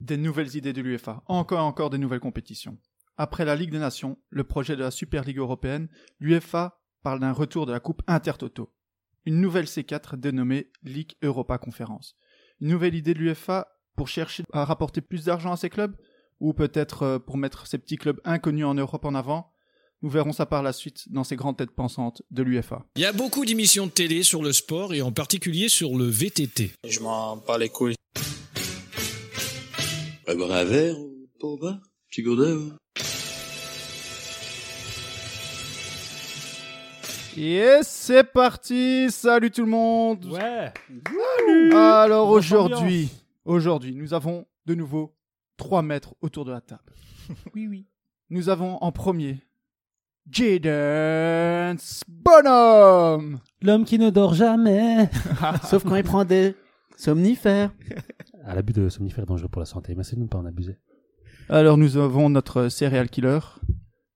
Des nouvelles idées de l'UEFA, encore et encore des nouvelles compétitions. Après la Ligue des Nations, le projet de la Super Ligue européenne, l'UEFA parle d'un retour de la Coupe Intertoto. Une nouvelle C4 dénommée Ligue Europa Conférence. Une nouvelle idée de l'UEFA pour chercher à rapporter plus d'argent à ses clubs Ou peut-être euh, pour mettre ces petits clubs inconnus en Europe en avant nous verrons ça par la suite dans ces grandes têtes pensantes de l'UFA. Il y a beaucoup d'émissions de télé sur le sport et en particulier sur le VTT. Je Ah, m'en bats les couilles. Eh ben, un verre, ou pas au bar Petit gourdin, hein Et c'est parti Salut tout le monde Ouais. Alors Grosse aujourd'hui, aujourd'hui, nous avons de nouveau trois maîtres autour de la table. Oui, oui. Nous avons en premier Jaden Bonhomme L'homme qui ne dort jamais, sauf quand il prend des somnifères. À l'abus de somnifères est dangereux pour la santé, mais c'est de ne pas en abuser. Alors nous avons notre serial killer,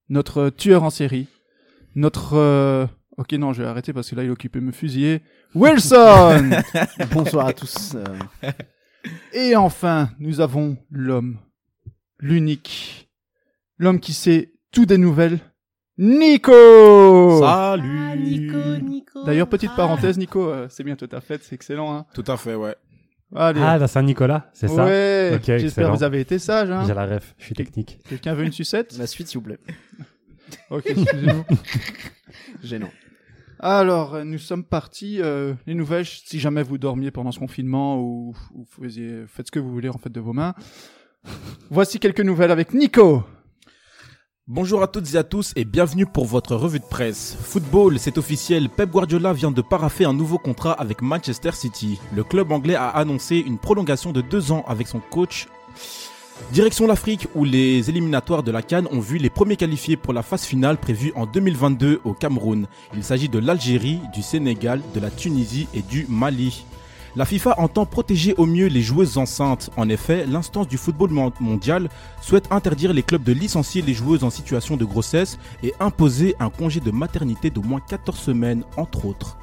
notre tueur en série, notre... euh, Ok non, je vais arrêter parce que là il est occupé de me fusiller. Wilson Bonsoir à tous. euh, Et enfin, nous avons l'homme, l'unique, l'homme qui sait tout des nouvelles, Nico Salut. Ah, Nico. Ah. D'ailleurs, petite parenthèse, Nico, euh, c'est bientôt ta fête, c'est excellent. Hein Tout à fait, ouais. Allez, Ah, la Saint-Nicolas, c'est ça ouais, Ok, j'espère excellent. que vous avez été sage. Hein J'ai la ref, je suis technique. Quelqu'un veut une sucette La suite, s'il vous plaît. Ok, excusez-nous. Gênant. Alors, euh, nous sommes partis. euh, les nouvelles, si jamais vous dormiez pendant ce confinement ou, ou faisiez- faites ce que vous voulez en fait de vos mains. Voici quelques nouvelles avec Nico. Bonjour à toutes et à tous et bienvenue pour votre revue de presse. Football, c'est officiel, Pep Guardiola vient de paraffer un nouveau contrat avec Manchester City. Le club anglais a annoncé une prolongation de deux ans avec son coach. Direction l'Afrique où les éliminatoires de la Cannes ont vu les premiers qualifiés pour la phase finale prévue en 2022 au Cameroun. Il s'agit de l'Algérie, du Sénégal, de la Tunisie et du Mali. La FIFA entend protéger au mieux les joueuses enceintes. En effet, l'instance du football mon- mondial souhaite interdire les clubs de licencier les joueuses en situation de grossesse et imposer un congé de maternité d'au moins 14 semaines, entre autres.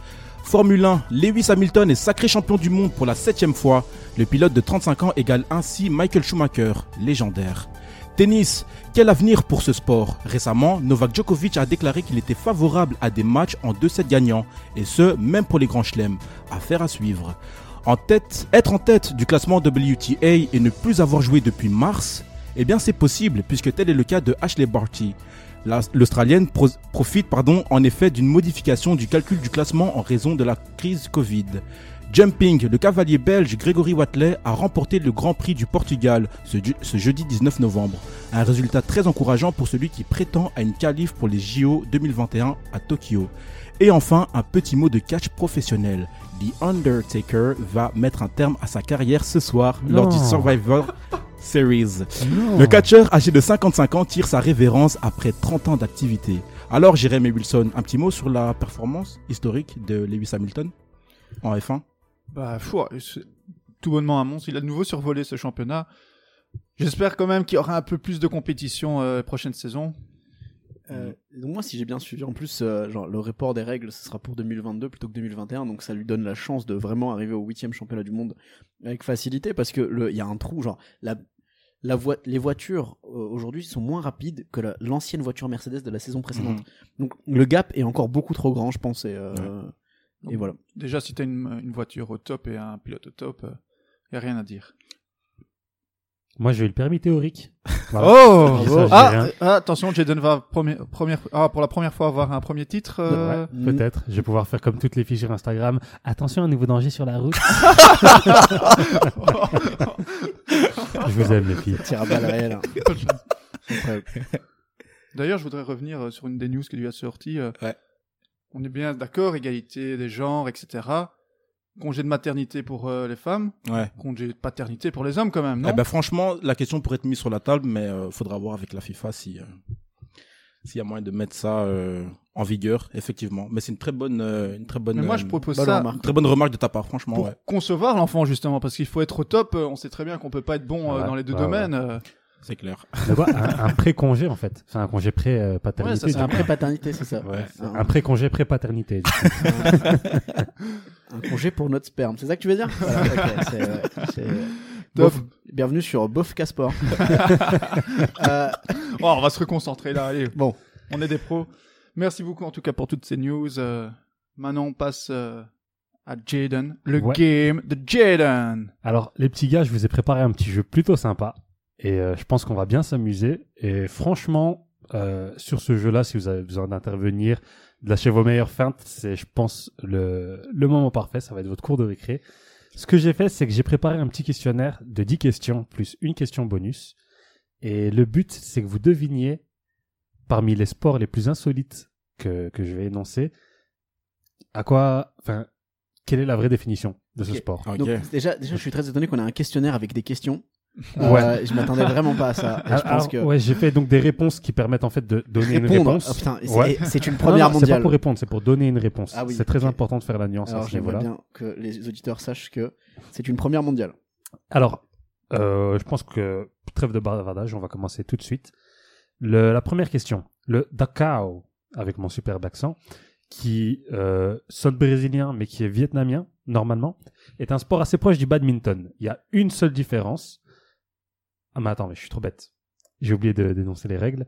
Formule 1, Lewis Hamilton est sacré champion du monde pour la septième fois. Le pilote de 35 ans égale ainsi Michael Schumacher, légendaire. Tennis, quel avenir pour ce sport Récemment, Novak Djokovic a déclaré qu'il était favorable à des matchs en 2-7 gagnants, et ce, même pour les grands chelems. Affaire à suivre. En tête, être en tête du classement WTA et ne plus avoir joué depuis mars, eh bien c'est possible puisque tel est le cas de Ashley Barty. La- L'Australienne pro- profite pardon, en effet d'une modification du calcul du classement en raison de la crise Covid. Jumping, le cavalier belge Grégory Watley a remporté le Grand Prix du Portugal ce, du- ce jeudi 19 novembre. Un résultat très encourageant pour celui qui prétend à une qualif pour les JO 2021 à Tokyo. Et enfin, un petit mot de catch professionnel. The Undertaker va mettre un terme à sa carrière ce soir lors du Non. Survivor Series. Non. Le catcheur âgé de 55 ans tire sa révérence après 30 ans d'activité. Alors, Jérémy Wilson, un petit mot sur la performance historique de Lewis Hamilton en F1 Bah, fou, c'est tout bonnement à Mons. Il a de nouveau survolé ce championnat. J'espère quand même qu'il y aura un peu plus de compétition euh, prochaine saison. Euh, donc moi, si j'ai bien suivi, en plus, euh, genre, le report des règles, ce sera pour 2022 plutôt que 2021, donc ça lui donne la chance de vraiment arriver au huitième championnat du monde avec facilité, parce que le- il y a un trou, genre la, la voi- les voitures euh, aujourd'hui sont moins rapides que la- l'ancienne voiture Mercedes de la saison Mhm. précédente. Donc le gap est encore beaucoup trop grand, je pense, et, euh, et Donc, voilà. Déjà, si t'as une, une voiture au top et un pilote au top, il n'y a rien à dire. Moi, j'ai eu le permis théorique. Voilà. Oh Ah. Ça, j'ai ah, rien. euh, ah, Attention, Jaden va premier- première, ah, pour la première fois avoir un premier titre. euh, Ouais, peut-être. Je vais pouvoir faire comme toutes les filles sur Instagram. Attention, un nouveau danger sur la route. Oh, je vous aime, les filles. Tir à balles réelles, hein. Incroyable. oh, D'ailleurs, je voudrais revenir euh, sur une des news que lui a sortie. euh, Ouais. On est bien d'accord, égalité des genres, etc. Congé de maternité pour euh, les femmes, Mhm. Ouais. congé de paternité pour les hommes quand même, non Eh ben, franchement, la question pourrait être mise sur la table, mais euh, faudra voir avec la FIFA si euh, s'il y a moyen de mettre ça euh, en vigueur, effectivement. Mais c'est une très bonne, euh, une très bonne, Mais moi, je euh, propose bonne ça remarque. une très bonne remarque de ta part, franchement. pour ouais. concevoir l'enfant justement, parce qu'il faut être au top. euh, On sait très bien qu'on peut pas être bon euh, Ouais, dans les deux bah ouais, domaines. euh. C'est clair. C'est quoi un, un pré-congé, en fait. Enfin, un congé euh, Ouais, ça, pré-paternité. c'est hein. C'est un pré-paternité, c'est ça. Ouais. Un- un pré-congé pré-paternité. un congé pour notre sperme. C'est ça que tu veux dire Voilà, ok, c'est- c'est- Top. Bof- Bienvenue sur Bof Casport. Euh, Oh, on va se reconcentrer là, allez. Bon. On est des pros. Merci beaucoup en tout cas pour toutes ces news. Euh, maintenant, on passe euh, à Jaden, le Ouais. game de Jaden. Alors, les petits gars, je vous ai préparé un petit jeu plutôt sympa. Et euh, je pense qu'on va bien s'amuser. Et franchement, euh, sur ce jeu-là, si vous avez besoin d'intervenir, de lâcher vos meilleures feintes, c'est, je pense, le, le moment parfait. Ça va être votre cours de récré. Ce que j'ai fait, c'est que j'ai préparé un petit questionnaire de 10 questions, plus une question bonus. Et le but, c'est que vous deviniez, parmi les sports les plus insolites que, que je vais énoncer, à quoi, enfin, quelle est la vraie définition de ce Ok. sport. Ah, Ok. donc, déjà, déjà, je suis très étonné qu'on ait un questionnaire avec des questions. Ouais. Euh, je m'attendais vraiment pas à ça. Et je Ah, pense alors, que Ouais, j'ai fait donc des réponses qui permettent en fait de donner une répondre, réponse. oh, putain, c'est- Ouais. c'est une première Non, non, C'est pas mondiale. pour répondre, c'est pour donner une réponse. Ah oui, c'est très ok. important de faire la nuance à Alors ce j'aimerais niveau-là. bien que les auditeurs sachent que c'est une première mondiale. Alors, euh, je pense que trêve de bavardage, on va commencer tout de suite. Le- la première question, le Dacao, avec mon superbe accent, qui euh, sonne brésilien mais qui est vietnamien normalement, est un sport assez proche du badminton. Il y a une seule différence. Ah mais attends, mais je suis trop bête. J'ai oublié de dénoncer les règles.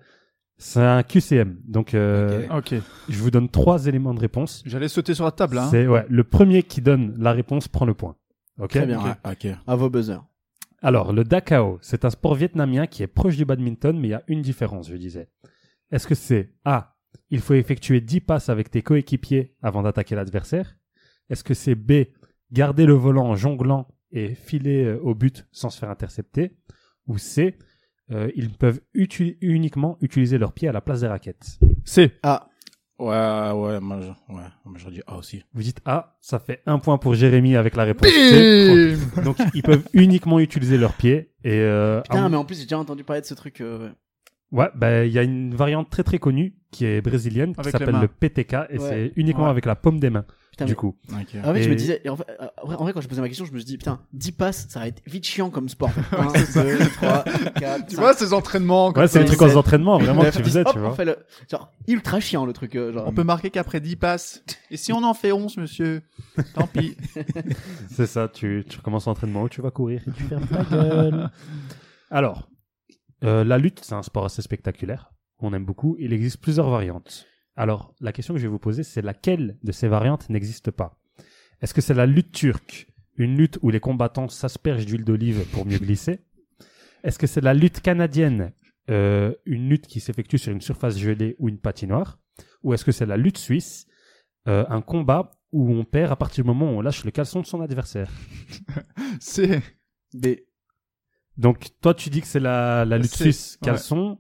C'est un QCM, donc euh, Ok. Ok. je vous donne trois éléments de réponse. J'allais sauter sur la table là. hein. C'est ouais, le premier qui donne la réponse prend le point. Ok. Très bien. Ok. Ok. À vos buzzers. Ah Alors, le Dakao, c'est un sport vietnamien qui est proche du badminton, mais il y a une différence, je disais. Est-ce que c'est A, il faut effectuer 10 passes avec tes coéquipiers avant d'attaquer l'adversaire Est-ce que c'est B, garder le volant en jonglant et filer euh, au but sans se faire intercepter Ou C, euh, ils peuvent uti- uniquement utiliser leurs pieds à la place des raquettes C'est. Ah, Ouais, ouais, moi, je- ouais, moi, j'aurais dit A aussi. Vous dites A, ça fait un point pour Jérémy avec la réponse C. Bim Donc, ils peuvent uniquement utiliser leurs pieds et... euh, à putain, mon- mais en plus j'ai déjà entendu parler de ce truc. euh, ouais. Ouais, bah, il y a une variante très très connue qui est brésilienne qui Avec les s'appelle mains. le PTK Ouais. et c'est uniquement Ouais. avec la paume des mains Putain, du mais- coup. Ok. Ah. En fait, je Et- me disais, et en, fait, euh, en vrai, en vrai, quand je posais ma question, je me suis dit, putain, 10 passes, ça va être vite chiant comme sport. 1, 2, 3, 4, Tu vois ces entraînements. comme Ouais, c'est ça. le ça, truc ils aux aident. entraînements Oh, vraiment que tu faisais, tu On vois. fait le... Genre, ultra chiant le truc. euh, genre, On peut marquer qu'après 10 passes. Et si on en fait 11, monsieur Tant pis. C'est ça, tu, tu recommences l'entraînement ou tu vas courir et tu fermes ta gueule. Alors, euh, la lutte, c'est un sport assez spectaculaire. On aime beaucoup. Il existe plusieurs variantes. Alors, la question que je vais vous poser, c'est laquelle de ces variantes n'existe pas Est-ce que c'est la lutte turque, une lutte où les combattants s'aspergent d'huile d'olive pour mieux glisser Est-ce que c'est la lutte canadienne, euh, une lutte qui s'effectue sur une surface gelée ou une patinoire Ou est-ce que c'est la lutte suisse, euh, un combat où on perd à partir du moment où on lâche le caleçon de son adversaire euh, C'est. des- donc, toi, tu dis que c'est la, la lutte C'est- suisse ouais. caleçon,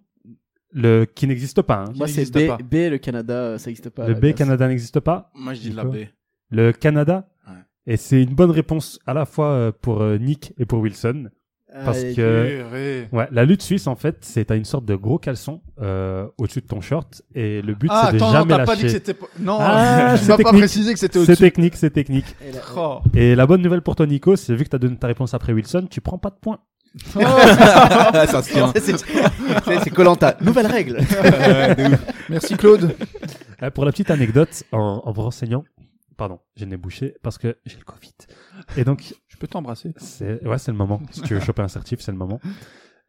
le, qui n'existe pas. hein. Moi, c'est n'existe B, pas. B, le Canada, euh, ça n'existe pas. Le la B classe. Canada n'existe pas. Moi, je dis Du la coup. B. Le Canada. Ouais. Et c'est une bonne réponse à la fois euh, pour euh, Nick et pour Wilson. Parce Allez, que Purée. ouais, la lutte suisse, en fait, c'est t'as une sorte de gros caleçon euh, au-dessus de ton short. Et le but, Ah, c'est de attends, non, jamais t'as pas dit que lâcher. c'était. pas- Non, Ah, tu c'est m'as pas technique. précisé que c'était C'est au-dessus. technique, c'est technique. et la- Oh. Et la bonne nouvelle pour toi, Nico, c'est vu que t'as donné ta réponse après Wilson, tu prends pas de points. ça se tient. C'est- c'est c'est Colanta. Nouvelle règle. Merci Claude. Euh, pour la petite anecdote, en, en me renseignant, pardon, j'ai le nez bouché parce que j'ai le Covid. Et donc, Je peux t'embrasser. c'est ouais, c'est le moment. Si tu veux choper un certif, c'est le moment.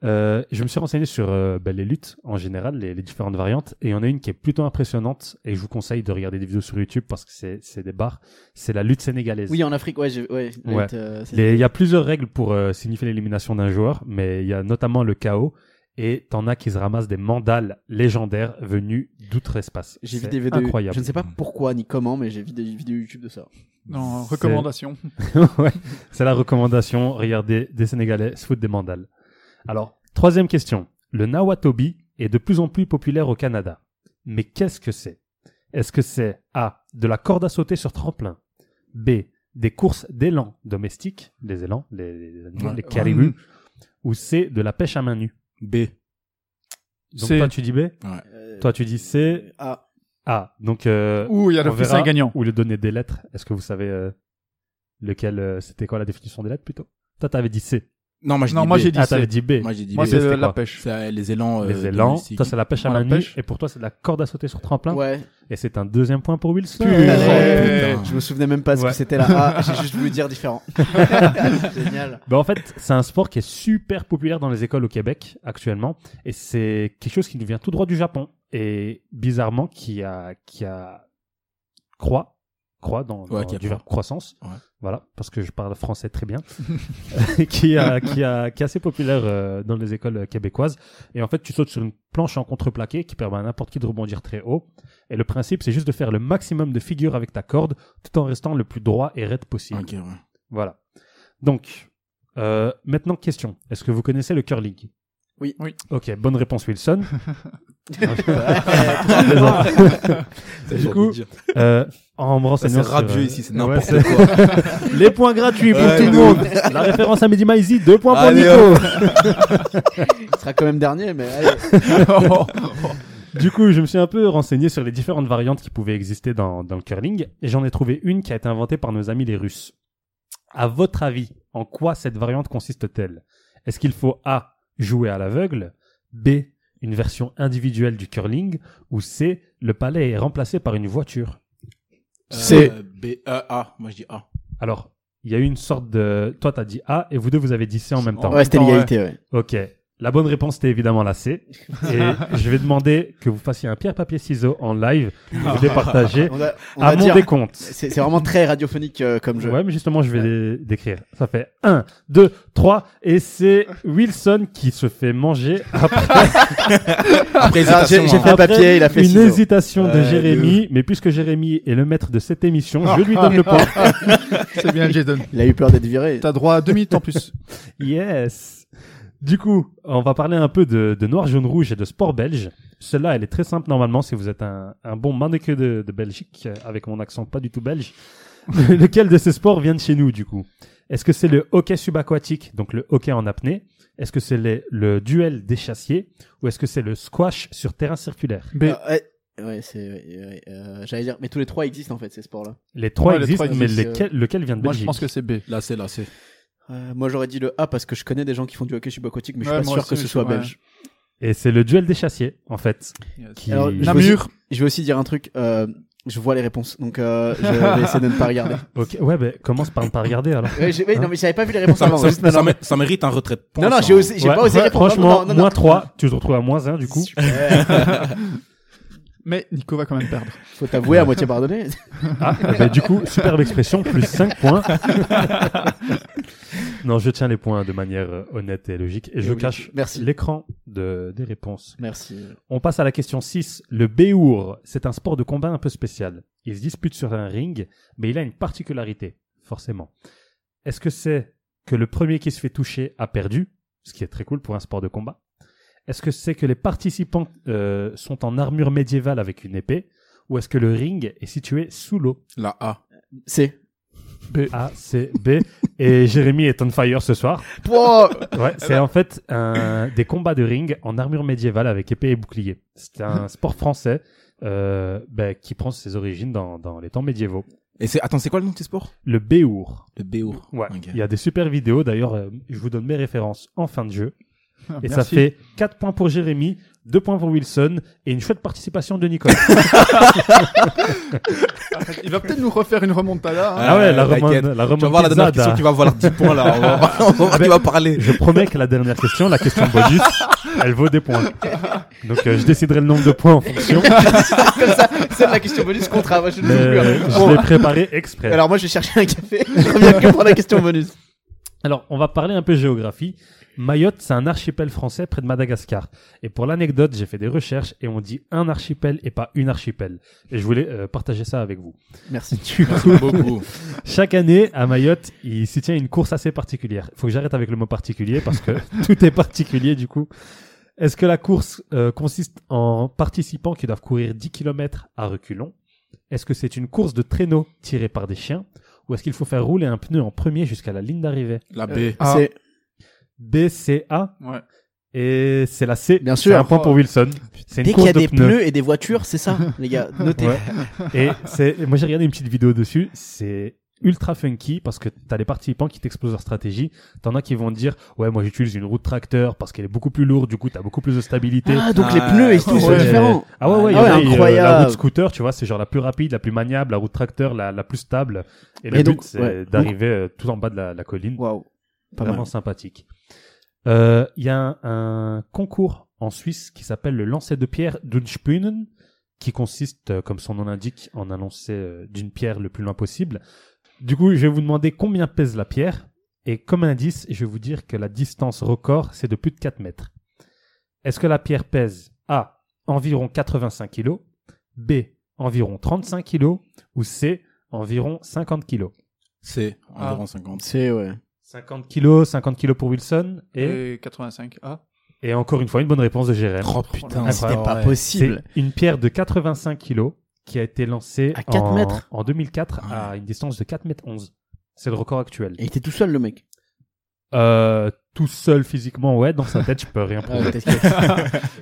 Euh, je me suis renseigné sur euh, bah, les luttes en général, les, les différentes variantes, et il y en a une qui est plutôt impressionnante, et je vous conseille de regarder des vidéos sur YouTube parce que c'est c'est des barres. C'est la lutte sénégalaise. Oui, en Afrique, ouais, j'ai- ouais. la Ouais. lutte, euh, c'est- Les- Il y a plusieurs règles pour euh, signifier l'élimination d'un joueur, mais il y a notamment le chaos, et t'en as qui se ramassent des mandales légendaires venus d'outre-espace. J'ai vu C'est des vidéos. incroyable. Je ne sais pas pourquoi ni comment, mais j'ai vu des vidéos YouTube de ça. Non, C'est- recommandation. Ouais, c'est la recommandation. Regardez des Sénégalais se foutre des mandales. Alors, troisième question. Le nawatobi est de plus en plus populaire au Canada. Mais qu'est-ce que c'est Est-ce que c'est A. De la corde à sauter sur tremplin. B. Des courses d'élan domestiques, des élans, les, les animaux, Ouais. les caribous. Ou C. De la pêche à main nue. B. Donc C'est- toi tu dis B, Euh, toi tu dis C. Ah, A. Donc euh, Ouh, il y a on le plus verra un gagnant. Ou le donner des lettres. Est-ce que vous savez euh, lequel euh, C'était quoi la définition des lettres plutôt Toi, t'avais dit C. Non, moi j'ai Non, dit moi B. j'ai dit Ah, C. t'avais dit B. Moi j'ai dit Moi B. c'est c'est c'était la quoi pêche. C'est, euh, les élans. euh, Les élans, domestiques. toi c'est la pêche à Moi, la main nue, pêche. et pour toi c'est de la corde à sauter sur tremplin, Ouais. et c'est un deuxième point pour Wilson. Purée. putain. Je me souvenais même pas ce Ouais. que c'était la A. J'ai juste voulu dire différent. Génial. Bah, en fait, c'est un sport qui est super populaire dans les écoles au Québec actuellement, et c'est quelque chose qui nous vient tout droit du Japon, et bizarrement qui a qui a croît croît dans, Ouais, dans qui a du croît. verbe croissance, Ouais. voilà, parce que je parle français très bien, qui a qui a qui est assez populaire euh, dans les écoles québécoises, et en fait tu sautes sur une planche en contreplaqué qui permet à n'importe qui de rebondir très haut, et le principe c'est juste de faire le maximum de figures avec ta corde tout en restant le plus droit et raide possible. Ok, ouais. Voilà. Donc, euh, maintenant, question. Est-ce que vous connaissez le curling Oui. Oui. Ok, bonne réponse, Wilson. Du coup, Euh, en me renseignant. c'est radieux sur, euh, ici, c'est n'importe ouais, quoi. c'est- Les points gratuits pour Ouais, tout le de monde. La référence à Mehdi Maizi, deux points pour Allez, Nico. Il sera quand même dernier, mais allez. Oh, Du coup, je me suis un peu renseigné sur les différentes variantes qui pouvaient exister dans, dans le curling, et j'en ai trouvé une qui a été inventée par nos amis les Russes. À votre avis, en quoi cette variante consiste-t-elle Est-ce qu'il faut A. jouer à l'aveugle, B. une version individuelle du curling, ou C. le palais est remplacé par une voiture C'est- Euh, B, euh, A. Moi je dis A. Alors, il y a eu une sorte de... Toi, t'as dit A, et vous deux, vous avez dit C en même temps. Ouais, c'était Attends, l'égalité, ouais. Ok. La bonne réponse était évidemment la C. Et je vais demander que vous fassiez un pierre-papier-ciseau en live, que vous départagez. On va- on à va mon dire- décompte. C'est c'est vraiment très radiophonique euh, comme jeu. Ouais, mais justement, je vais dé- décrire. Ça fait 1, 2, 3, et c'est Wilson qui se fait manger après, Après, Ah, J'ai j'ai hésitation, fait hein. après papier, il a fait une ciseaux. hésitation de Ouais, Jérémy. Mais puisque Jérémy est le maître de cette émission, Ah. je lui donne le point. C'est bien, Jason. Il a eu peur d'être viré. T'as droit à deux minutes en plus. Yes Du coup, on va parler un peu de, de noir, jaune, rouge et de sport belge. Celle-là, elle est très simple normalement si vous êtes un, un bon mannequin de, de Belgique, euh, avec mon accent pas du tout belge. Lequel de ces sports vient de chez nous du coup Est-ce que c'est le hockey subaquatique, donc le hockey en apnée Est-ce que c'est les- le duel des chassiers Ou est-ce que c'est le squash sur terrain circulaire B. Ah, ouais, ouais, c'est. ouais, ouais, euh, J'allais dire, mais tous les trois existent en fait ces sports-là. Les trois Ouais, les existent, trois mais existent, lesquels- lequel vient de Moi, Belgique je pense que c'est B. Là c'est, là c'est. Euh, moi j'aurais dit le A parce que je connais des gens qui font du hockey subaquatique, mais je suis Ouais, pas moi sûr aussi, que ce je- soit ouais. belge. Et c'est le duel des chassiers en fait. Qui... Alors, je veux- Namur. Je vais aussi dire un truc, euh, je vois les réponses, donc euh, je vais essayer de ne pas regarder. Ok, Ouais, bah, commence par ne pas regarder alors. Ouais, j'ai- ouais, non, mais j'avais pas vu les réponses Ça, avant. ça- juste- ça mé- ça mérite un retrait de points. Non, non, ça, j'ai hein. osé- j'ai Ouais, pas osé fr- répondre. Franchement, non, Ah, non, non, moins non. 3, tu te retrouves à moins 1 du coup. Super. Mais Nico va quand même perdre. Faut t'avouer à moitié pardonné. Ah, bah, du coup, superbe expression, plus 5 points. non, je tiens les points de manière euh, honnête et logique et je oui, cache merci. l'écran de, des réponses. Merci. On passe à la question 6. Le béour, c'est un sport de combat un peu spécial. Il se dispute sur un ring, mais il a une particularité, forcément. Est-ce que c'est que le premier qui se fait toucher a perdu, ce qui est très cool pour un sport de combat Est-ce que c'est que les participants euh, sont en armure médiévale avec une épée Ou est-ce que le ring est situé sous l'eau La A. C'est. A, C, B. Et Jérémy est on fire ce soir. Wow. Ouais, Eh c'est ben. en fait un, des combats de ring en armure médiévale avec épée et bouclier. C'est un sport français euh, ben, qui prend ses origines dans, dans les temps médiévaux. Et c'est, attends, c'est quoi le nom de ce sport Le béour. Le BO. Ouais. Ok. Il y a des super vidéos. D'ailleurs, euh, je vous donne mes références en fin de jeu. Ah, Et ça Merci. fait 4 points pour Jérémy, 2 points pour Wilson et une chouette participation de Nicolas. Ah Il va peut-être nous refaire une remontada. hein. ah ouais, la t'inquiète. remonte. La Tu vas voir la dernière remontezada. question qui va valoir 10 points là. On va voir, on va voir qui va parler. Je promets que la dernière question, la question bonus, elle vaut des points. Donc euh, je déciderai le nombre de points en fonction. Comme ça, c'est la question bonus contre un. Moi, je ne mais sais plus. je l'ai préparé exprès. Alors moi je vais chercher un café. Je reviens que pour la question bonus. Alors, on va parler un peu géographie. Mayotte, c'est un archipel français près de Madagascar. Et pour l'anecdote, j'ai fait des recherches et on dit un archipel et pas une archipel. Et je voulais euh, partager ça avec vous. Merci. Du coup, beaucoup. chaque année, à Mayotte, il s'y tient une course assez particulière. Faut que j'arrête avec le mot particulier parce que tout est particulier du coup. Est-ce que la course euh, consiste en participants qui doivent courir 10 km à reculons Est-ce que c'est une course de traîneau tirée par des chiens Ou est-ce qu'il faut faire rouler un pneu en premier jusqu'à la ligne d'arrivée La B. Euh, Ah. C'est B, C, A. Ouais. Et c'est la C. Bien C'est sûr. un point pour Wilson. C'est dès une qu'il y course a de des pneus. pneus et des voitures, c'est ça, les gars. Notez. Ouais. Et c'est, moi j'ai regardé une petite vidéo dessus. C'est ultra funky parce que t'as les participants qui t'explosent leur stratégie. T'en as qui vont te dire ouais moi j'utilise une roue de tracteur parce qu'elle est beaucoup plus lourde du coup t'as beaucoup plus de stabilité. Ah, donc les Ah, pneus et tout ouais. sont différents. Ah ouais, ouais, il y Ah ouais, en a, et, euh, la incroyable. roue de scooter, tu vois, c'est genre la plus rapide, la plus maniable, la roue de tracteur, la, la plus stable. Et le Et but, donc, c'est ouais. d'arriver euh, tout en bas de la, la colline. Waouh. Pas Vraiment mal. sympathique. Euh, Il y a un, un concours en Suisse qui s'appelle le lancer de pierre d'Unspunen, qui consiste, euh, comme son nom l'indique, en un lancer euh, d'une pierre le plus loin possible. Du coup, je vais vous demander combien pèse la pierre. Et comme indice, je vais vous dire que la distance record, c'est de plus de 4 mètres. Est-ce que la pierre pèse A, environ 85 kg, B, environ 35 kg, ou C, environ 50 kg C'est Ah. environ 50. C'est ouais. 50 kg, 50 kg pour Wilson, et... Et 85. Ah, Et encore une fois, une bonne réponse de Jérém. Oh putain, Ah, C'était ouais. pas C'est possible. une pierre de 85 kilos qui a été lancée À quatre en, mètres. Ah. en 2004 Ouais. à une distance de 4 mètres 11. C'est le record actuel. Et il était tout seul le mec. Euh, tout seul physiquement, Ah, ouais, dans sa tête, je peux rien prouver. je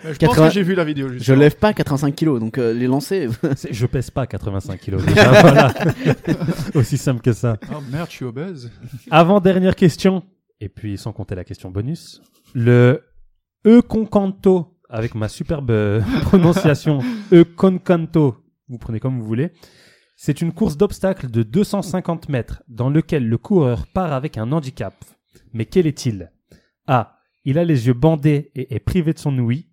pense 80 que j'ai vu la vidéo. Je justement. lève pas 85 kilos, donc euh, les lancer. C'est- je pèse pas 85 kilos. déjà, voilà. Aussi simple que ça. Oh merde, je suis obèse. Avant dernière question, et puis sans compter la question bonus, le E concanto avec ma superbe euh, prononciation E concanto, vous prenez comme vous voulez. C'est une course d'obstacles de 250 mètres dans lequel le coureur part avec un handicap. Mais quel est-il A. Il a les yeux bandés et est privé de son ouïe.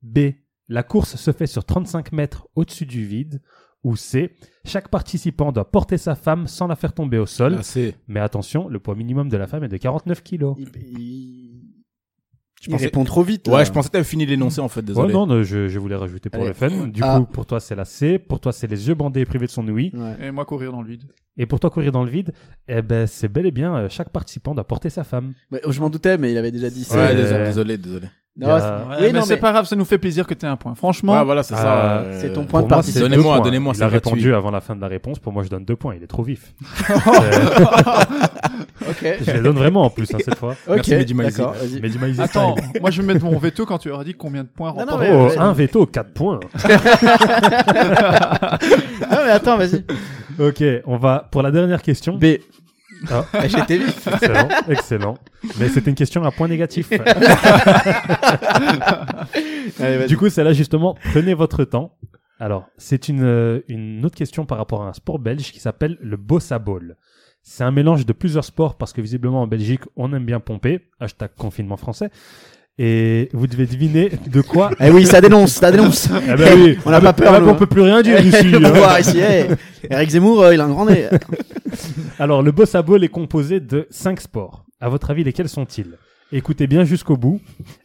B. La course se fait sur 35 mètres au-dessus du vide. Ou C. Chaque participant doit porter sa femme sans la faire tomber au sol. Ah, c'est. Mais attention, le poids minimum de la femme est de 49 kilos. il il- Je il pensais- répond trop vite. là. Ouais, je pensais que t'avais fini l'énoncé en fait, Ouais, désolé. Oh non, non, je, je voulais rajouter pour Allez. le fun. Du Ah. coup, pour toi, c'est la C. Pour toi, c'est les yeux bandés et privés de son ouïe. Ouais. Et moi, courir dans le vide. Et pour toi, courir dans le vide, eh ben, c'est bel et bien euh, chaque participant doit porter sa femme. Mais, oh, je m'en doutais, mais il avait déjà dit ça. Ouais, C'est- désolé, désolé, désolé. Non, Il y a- c'est- Ouais, Oui, mais non, c'est mais- pas grave, ça nous fait plaisir que t'aies un point. Franchement, Ouais, voilà, c'est ça. Ah, euh, c'est ton point de Pour moi, partie. c'est deux Donnez-moi, points. donnez-moi, Il c'est a gratuit. répondu avant la fin de la réponse. Pour moi, je donne deux points. Il est trop vif. Euh, Ok. je les donne vraiment en plus hein, cette fois. Ok. Merci, Mehdi Maizi. D'accord. vas-y. Mais du maïs attends, style. moi je vais mettre mon veto quand tu auras dit combien de points Non, non, remporte- mais- Oh, ouais. un veto, quatre points. Non, Ah, mais attends, vas-y. ok, on va pour la dernière question. B. Ah. Ah, J'étais vite. Excellent, excellent. Mais c'était une question à point négatif. Allez, vas-y. Du coup, celle-là, justement, prenez votre temps. Alors, c'est une, euh, une autre question par rapport à un sport belge qui s'appelle le Bossa Ball. C'est un mélange de plusieurs sports parce que visiblement en Belgique, on aime bien pomper. Hashtag confinement français. Et vous devez deviner de quoi. Eh oui, ça dénonce, ça dénonce. Ah bah oui, Eh ben On n'a peut- pas peur, ah bah, nous, on peut plus rien dire ici. Le hein. pouvoir ici, eh. Eric Zemmour, euh, il a un grand nez. Alors, le Bossa Ball est composé de 5 sports. À votre avis, lesquels sont-ils Écoutez bien jusqu'au bout.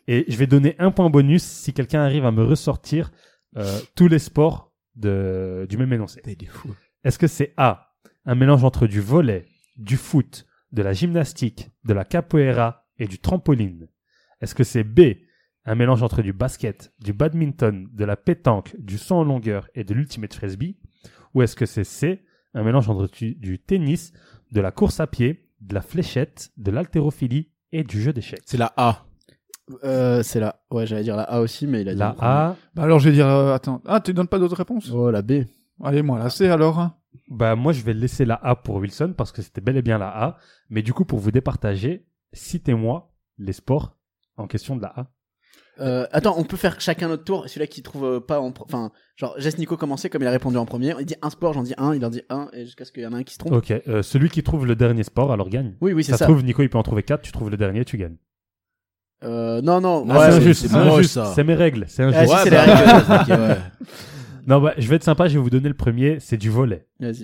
Et je vais donner un point bonus si quelqu'un arrive à me ressortir euh, tous les sports de, du même énoncé. T'es des fous. Est-ce que c'est A, un mélange entre du volet, du foot, de la gymnastique, de la capoeira et du trampoline Est-ce que c'est B, un mélange entre du basket, du badminton, de la pétanque, du saut en longueur et de l'ultimate frisbee Ou est-ce que c'est C, un mélange entre du, du tennis, de la course à pied, de la fléchette, de l'haltérophilie et du jeu d'échecs C'est la A. Euh, c'est la, ouais, j'allais dire la A aussi, mais il a dit. La le premier. A, Bah alors je vais dire, euh, attends, ah tu donnes pas d'autres réponses Oh, la B. Allez moi la C alors. hein. Bah moi je vais laisser la A pour Wilson parce que c'était bel et bien la A, mais du coup pour vous départager, citez-moi les sports en question de la A. Euh, attends, on peut faire chacun notre tour. Celui-là qui trouve euh, pas en, pro- enfin, genre, laisse Nico commencer comme il a répondu en premier. Il dit un sport, j'en dis un, il en dit un, et jusqu'à ce qu'il y en ait un qui se trompe. Ok, euh, celui qui trouve le dernier sport alors gagne. Oui, oui, Ça, c'est se ça. trouve Nico il peut en trouver 4, tu trouves le dernier, tu gagnes. Euh, non, non. Ah, ouais, c'est c'est- injuste, c'est c'est moche, injuste, ça. c'est mes règles, c'est Ah, injuste. si, c'est bah, la règle. ouais. Non bah je vais être sympa, je vais vous donner le premier, c'est du volet. Vas-y.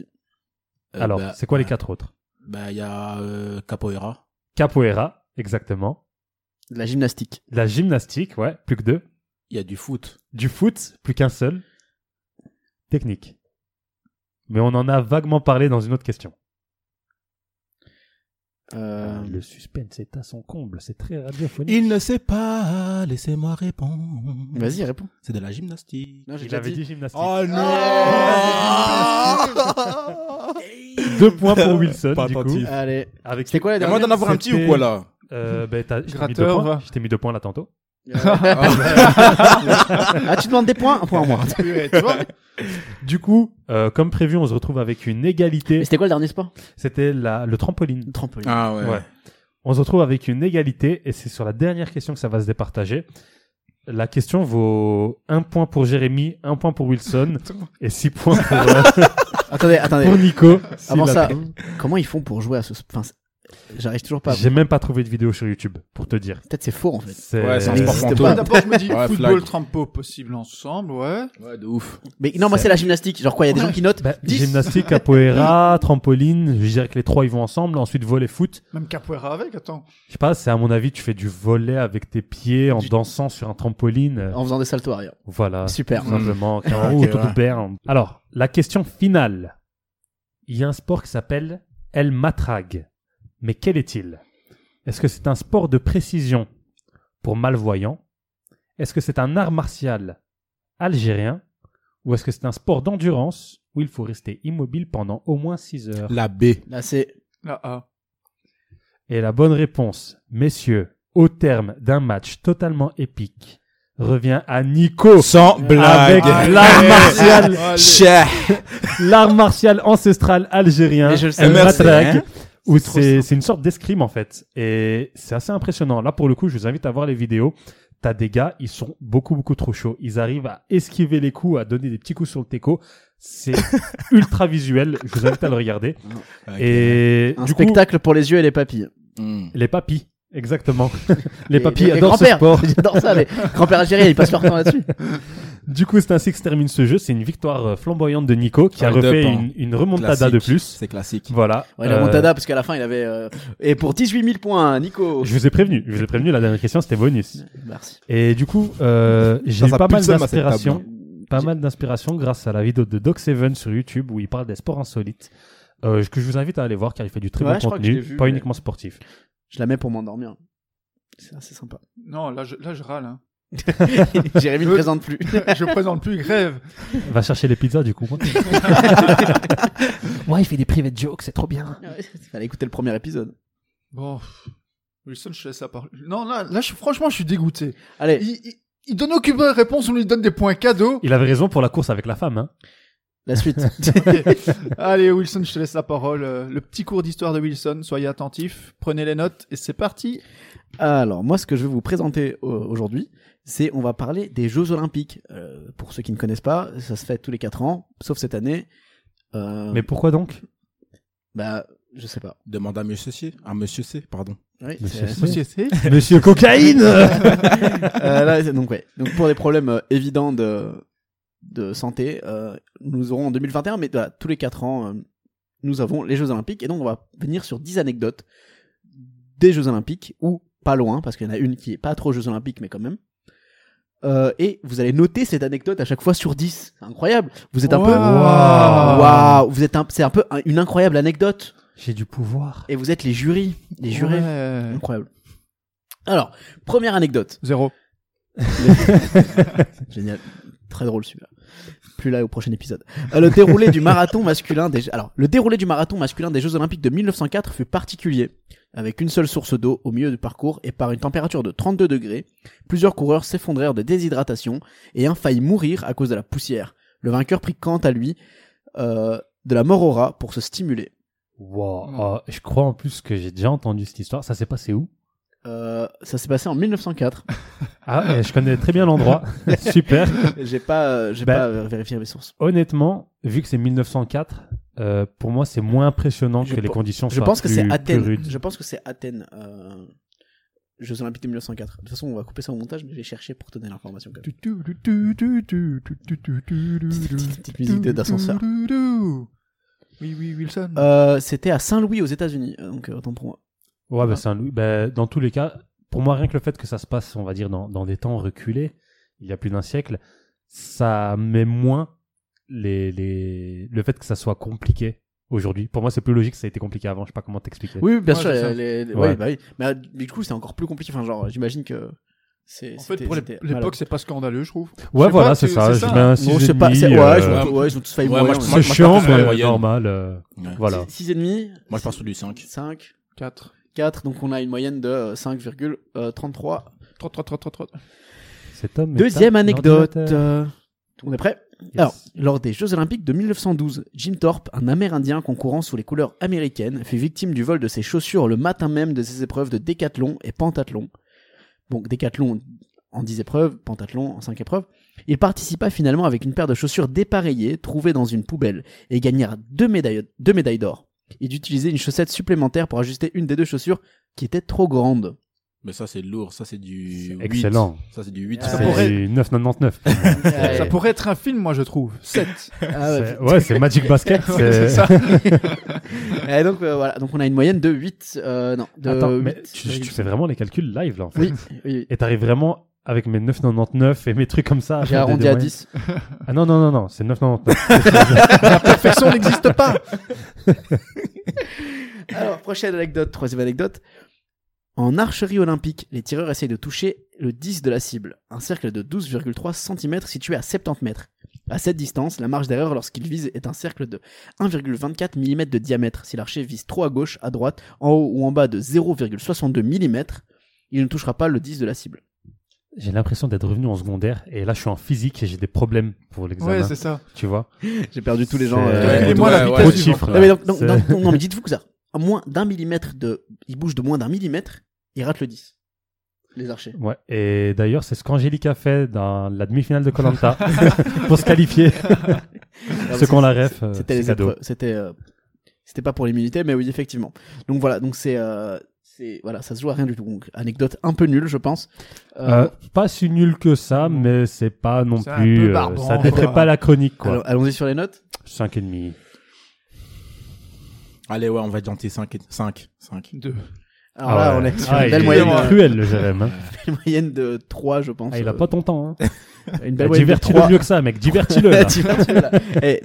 Euh, alors bah, c'est quoi les quatre autres Bah, il y a euh, Capoeira. Capoeira, exactement. De La gymnastique. De La gymnastique, ouais, plus que deux. Il y a du foot. Du foot, plus qu'un seul. Technique. Mais on en a vaguement parlé dans une autre question. Euh, Le suspense est à son comble, c'est très radiophonique. Il ne sait pas, laissez-moi répondre. Vas-y, réponds. C'est de la gymnastique. Non, j'ai Il déjà avait dit. dit gymnastique. Oh Ah non Deux points pour Wilson, Pas du coup. attentif. Allez. Avec... C'était quoi la Y'a dernière moyen d'en avoir un petit C'était- ou quoi là Euh, ben, t'as- je t'ai mis deux Gratteur, points. va. Je t'ai mis deux points là tantôt. Euh, ah, tu demandes des points Un point en moins. Purée, tu vois Du coup, euh, comme prévu, on se retrouve avec une égalité. Mais c'était quoi le dernier sport C'était la- le trampoline. Le trampoline. Ah ouais. Ouais. On se retrouve avec une égalité et c'est sur la dernière question que ça va se départager. La question vaut un point pour Jérémy, un point pour Wilson et six points pour, euh, Attendez, attendez. pour Nico. s'il Avant la ça, trouve. comment ils font pour jouer à ce sport enfin, c'est- J'arrive toujours pas. à- j'ai même pas trouvé de vidéo sur YouTube pour te dire. Peut-être c'est faux en fait. C'est Ouais, c'est un euh, sport C'était fantôme. Moi, Bah, d'abord, je me dis Ouais, football, flag. trampo, possible ensemble, ouais. Ouais, de ouf. Mais non, moi c'est la gymnastique. Genre quoi, il y a des gens qui notent bah, 10. gymnastique, capoeira, trampoline. Je dirais que les trois ils vont ensemble. Ensuite, volet, foot. Même capoeira avec, attends. Je sais pas, c'est à mon avis, tu fais du volet avec tes pieds en Du- dansant sur un trampoline. euh, en faisant des saltos arrière. Voilà. Super. Tout simplement. Car- Ok, Hmm. ou autour ouais. de Berne. Alors, la question finale. Il y a un sport qui s'appelle El Matrag. Mais quel est-il Est-ce que c'est un sport de précision pour malvoyants Est-ce que c'est un art martial algérien Ou est-ce que c'est un sport d'endurance où il faut rester immobile pendant au moins 6 heures La B. Là c'est Là, ah. Et la bonne réponse, messieurs, au terme d'un match totalement épique, revient à Nico Sans avec blague. l'art martial Allez. Cher. l'art martial ancestral algérien, Mais je le savais. El Merci. Matrag, Hein où c'est c'est une sorte d'escrime en fait. Et c'est assez impressionnant. Là pour le coup, je vous invite à voir les vidéos. T'as des gars, ils sont beaucoup beaucoup trop chauds. Ils arrivent à esquiver les coups, à donner des petits coups sur le teco. C'est ultra visuel. Je vous invite à le regarder. Ah, Et un du coup, spectacle pour les yeux et les papilles. Hmm. les papis, exactement. les papis les adorent ce grands-pères. sport. J'adore ça, les grands-pères algériens, ils passent leur temps là-dessus. Du coup, c'est ainsi que se termine ce jeu. C'est une victoire euh, flamboyante de Nico qui a Hold up, refait hein. une, une remontada de Classique. plus. C'est classique. Voilà. Ouais, la Euh, montada, parce qu'à la fin, il avait. euh, Et pour 18 000 points, Nico. Je vous ai prévenu, je vous ai prévenu, la dernière question c'était bonus. Merci. Et du coup, euh, j'ai Ça, eu ça pas pue le mal seum à cette d'inspiration, table, hein. pas mal d'inspiration grâce à la vidéo de Doc Seven sur YouTube où il parle des sports insolites. euh, que je vous invite à aller voir car il fait du très Ouais, bon je crois que je contenu, l'ai vu, pas mais- uniquement sportif. Je la mets pour m'endormir. C'est assez sympa. Non, là, je, là, je râle. Hein. Jérémy ne Euh, présente plus. je présente plus, grève. Va chercher les pizzas du coup. ouais, il fait des private jokes, c'est trop bien. Il fallait écouter le premier épisode. Bon. pff. Wilson, je te laisse la parole. Non, là, là je- franchement, je suis dégoûté. Allez, Il, il, il donne aucune bonne réponse, on lui donne des points cadeaux. Il avait raison pour la course avec la femme. Hein. la suite. Allez, Wilson, je te laisse la parole. Euh, Le petit cours d'histoire de Wilson, soyez attentifs, prenez les notes et c'est parti. Alors, moi, ce que je vais vous présenter euh, aujourd'hui, c'est on va parler des Jeux Olympiques. Euh, pour ceux qui ne connaissent pas, ça se fait tous les 4 ans, sauf cette année. Euh, Mais pourquoi donc Bah, je sais pas. Demande à Monsieur C. À Monsieur C, pardon. Oui, Mais c'est- c'est- Monsieur, c'est Monsieur cocaïne Euh, là, c'est- donc, ouais. donc, pour des problèmes euh, évidents de, de santé, euh, nous aurons en 2021, mais voilà, tous les 4 ans, euh, nous avons les Jeux Olympiques. Et donc, on va venir sur 10 anecdotes des Jeux Olympiques, ou pas loin, parce qu'il y en a une qui est pas trop Jeux Olympiques, mais quand même. Euh, et vous allez noter cette anecdote à chaque fois sur 10. C'est incroyable. Vous êtes un peu. Waouh. Waouh. Vous êtes un, c'est un peu un- une incroyable anecdote. J'ai du pouvoir. Et vous êtes les jurys. Les jurés. Ouais. Incroyable. Alors, première anecdote. Zéro. Génial. Très drôle celui-là. Plus là au prochain épisode. Euh, le déroulé du marathon masculin des Alors, le déroulé du marathon masculin des Jeux olympiques de 1904 fut particulier, avec une seule source d'eau au milieu du parcours et par une température de 32 degrés, plusieurs coureurs s'effondrèrent de déshydratation et un faillit mourir à cause de la poussière. Le vainqueur prit quant à lui euh, de la mort au rat pour se stimuler. Wow. euh, je crois en plus que j'ai déjà entendu cette histoire. Ça s'est passé où Euh, ça s'est passé en 1904. Ah, euh, je connais très bien l'endroit. Super. J'ai pas, euh, j'ai Ben- pas euh, vérifié mes sources. Honnêtement, vu que c'est 1904, euh, pour moi, c'est moins impressionnant Je que les pe- conditions Je soient pense que plus- c'est plus Athènes. rudes. Je pense que c'est Athènes. Euh... Jeux Olympiques de 1904. De toute façon, on va couper ça au montage, mais je vais chercher pour te donner l'information. quand même. Petite Petite musique de- d'ascenseur. Oui, oui, Wilson. Euh, C'était à Saint-Louis aux États-Unis, euh, donc euh, autant pour moi. Ouais, bah, Saint-Louis. Bah, dans tous les cas, pour moi, rien que le fait que ça se passe, on va dire, dans, dans des temps reculés, il y a plus d'un siècle, ça met moins les, les... le fait que ça soit compliqué aujourd'hui. Pour moi, c'est plus logique que ça a été compliqué avant. Je sais pas comment t'expliquer. Oui, oui, bien Ouais, sûr. c'est euh, ça. les- les- Ouais. oui, bah oui. Mais, euh, mais du coup, c'est encore plus compliqué. Enfin, genre, j'imagine que c'est. en fait, c'était- pour l'ép- c'était malade. l'époque, c'est pas scandaleux, je trouve. Je ouais, sais voilà, pas, c'est c'est- ça. c'est Je ça. mets un Non, je sais 6,5, pas. c'est- Ouais, euh, ils ont- ouais. ouais, ils ont tous failli Ouais, mourir. moi, C'est je- chiant, partais sur la mais moyenne. normal. euh, Ouais. Voilà. 6,5 Moi, je pars sur du 5. 5, 4. 4, donc on a une moyenne de euh, 5,33. Trot, trot, trot, trot, trot. Cet homme est Deuxième un anecdote. euh, ordinateur. on est prêt Yes. Alors, lors des Jeux Olympiques de 1912, Jim Thorpe, un Amérindien concourant sous les couleurs américaines, fut victime du vol de ses chaussures le matin même de ses épreuves de décathlon et pentathlon. Donc, décathlon en 10 épreuves, pentathlon en 5 épreuves. Il participa finalement avec une paire de chaussures dépareillées trouvées dans une poubelle et gagnera deux médailles, deux médailles d'or. Il utilisait une chaussette supplémentaire pour ajuster une des deux chaussures qui était trop grande. Mais ça, c'est lourd. Ça, c'est du. C'est excellent. huit. Ça, c'est du 8. Ah, Ça C'est pourrait- 9,99. Ça pourrait être un film, moi, je trouve. 7. Ah ouais, C'est- ouais, c'est Magic Basket. Ouais, c'est ça. Et donc euh, voilà, donc on a une moyenne de 8 euh, non, de Attends, huit. mais tu, tu fais vraiment les calculs live là en fait. Oui, oui. Et t'arrives vraiment avec mes 9,99 et mes trucs comme ça. J'ai des- arrondi des à moyennes. 10. Ah non, non, non, non, c'est 9,99. La perfection n'existe pas. Alors, prochaine anecdote, troisième anecdote. En archerie olympique, les tireurs essayent de toucher le 10 de la cible, un cercle de 12,3 cm situé à 70 mètres. À cette distance, la marge d'erreur lorsqu'il vise est un cercle de 1,24 mm de diamètre. Si l'archer vise trop à gauche, à droite, en haut ou en bas de 0,62 mm, il ne touchera pas le 10 de la cible. j'ai l'impression d'être revenu en secondaire et là je suis en physique et j'ai des problèmes pour l'examen. hein. Ouais, c'est ça. tu vois J'ai perdu tous les gens. C'est- euh, Calculez-moi ouais, la vitesse ouais, Trop de du chiffres. Non, là. mais, donc- donc- C'est- donc- non, mais dites-vous que ça, à moins d'un millimètre de. Il bouge de moins d'un millimètre, il rate le 10. Les archers. Ouais, et d'ailleurs, c'est ce qu'Angélique a fait dans la demi-finale de Colanta pour se qualifier. Ceux qui ont la ref, euh, C'était c'est les cadeau. épreuves. C'était. euh, C'était pas pour l'immunité, mais oui, effectivement. Donc voilà, donc c'est. euh, c'est- Voilà, ça se joue à rien du tout. Donc, anecdote un peu nulle, je pense. Euh, Euh, pas si nul que ça, mais c'est pas non C'est un plus. peu euh, barbant, ça défait quoi. pas la chronique, alors, quoi. Allons-y sur les notes. Cinq et demi. Allez, ouais, on va gentiller 5. 5. 5. 2. Alors là, on est sur Ah, une il belle est moyenne, euh, cruel, le Jérém. hein. une moyenne de 3, je pense. Ah, il a euh, pas ton temps. Hein. une Bah, belle moyenne de Divertis-le 3. mieux que ça, mec. Divertis-le. là. Divertis-le, là. Eh,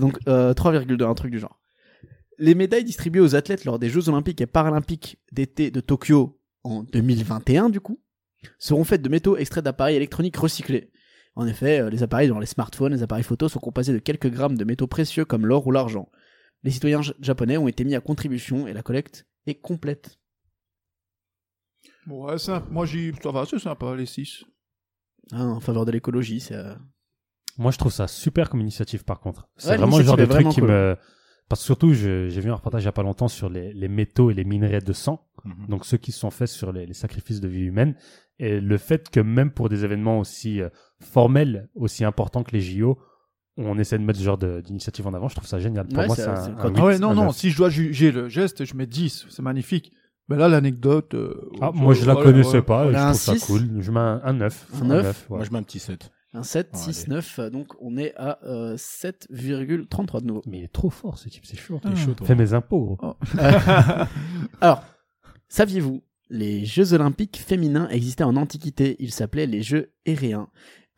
donc euh, 3,2, un truc du genre. Les médailles distribuées aux athlètes lors des Jeux olympiques et paralympiques d'été de Tokyo en 2021 du coup seront faites de métaux extraits d'appareils électroniques recyclés. En effet, euh, les appareils dans les smartphones, les appareils photos sont composés de quelques grammes de métaux précieux comme l'or ou l'argent. Les citoyens j- japonais ont été mis à contribution et la collecte est complète. Ouais, ça, moi, j'y. Ça va, c'est sympa, les 6. Hein, en faveur de l'écologie, c'est euh, Moi, je trouve ça super comme initiative, par contre. C'est Ouais, vraiment le genre de l'initiative est truc qui vraiment me. Parce que surtout, je- j'ai vu un reportage il y a pas longtemps sur les, les métaux et les minerais de sang. Mhm. Donc, ceux qui se sont faits sur les, les sacrifices de vie humaine. Et le fait que même pour des événements aussi euh, formels, aussi importants que les JO, on essaie de mettre ce genre de- d'initiative en avant, je trouve ça génial. Pour Ouais, moi, c'est- c'est un, c'est un quand- huit, Ah ouais, non, un non, neuf. si je dois juger le geste, je mets 10. C'est magnifique. Mais là, l'anecdote. euh, Ah, oh, moi, je la voilà, connaissais ouais. pas. On et a Je un trouve ça six. cool. Je mets un, un 9. Un neuf. Moi, je mets un petit 7. un 7, Oh, 6, allez. 9, euh, donc on est à euh, 7,33 de nouveau. Mais il est trop fort, ce type. C'est chaud. T'es chaud, toi. Ah. Fais mes impôts. gros. Alors, saviez-vous, les Jeux olympiques féminins existaient en Antiquité, ils s'appelaient les Jeux Héréens,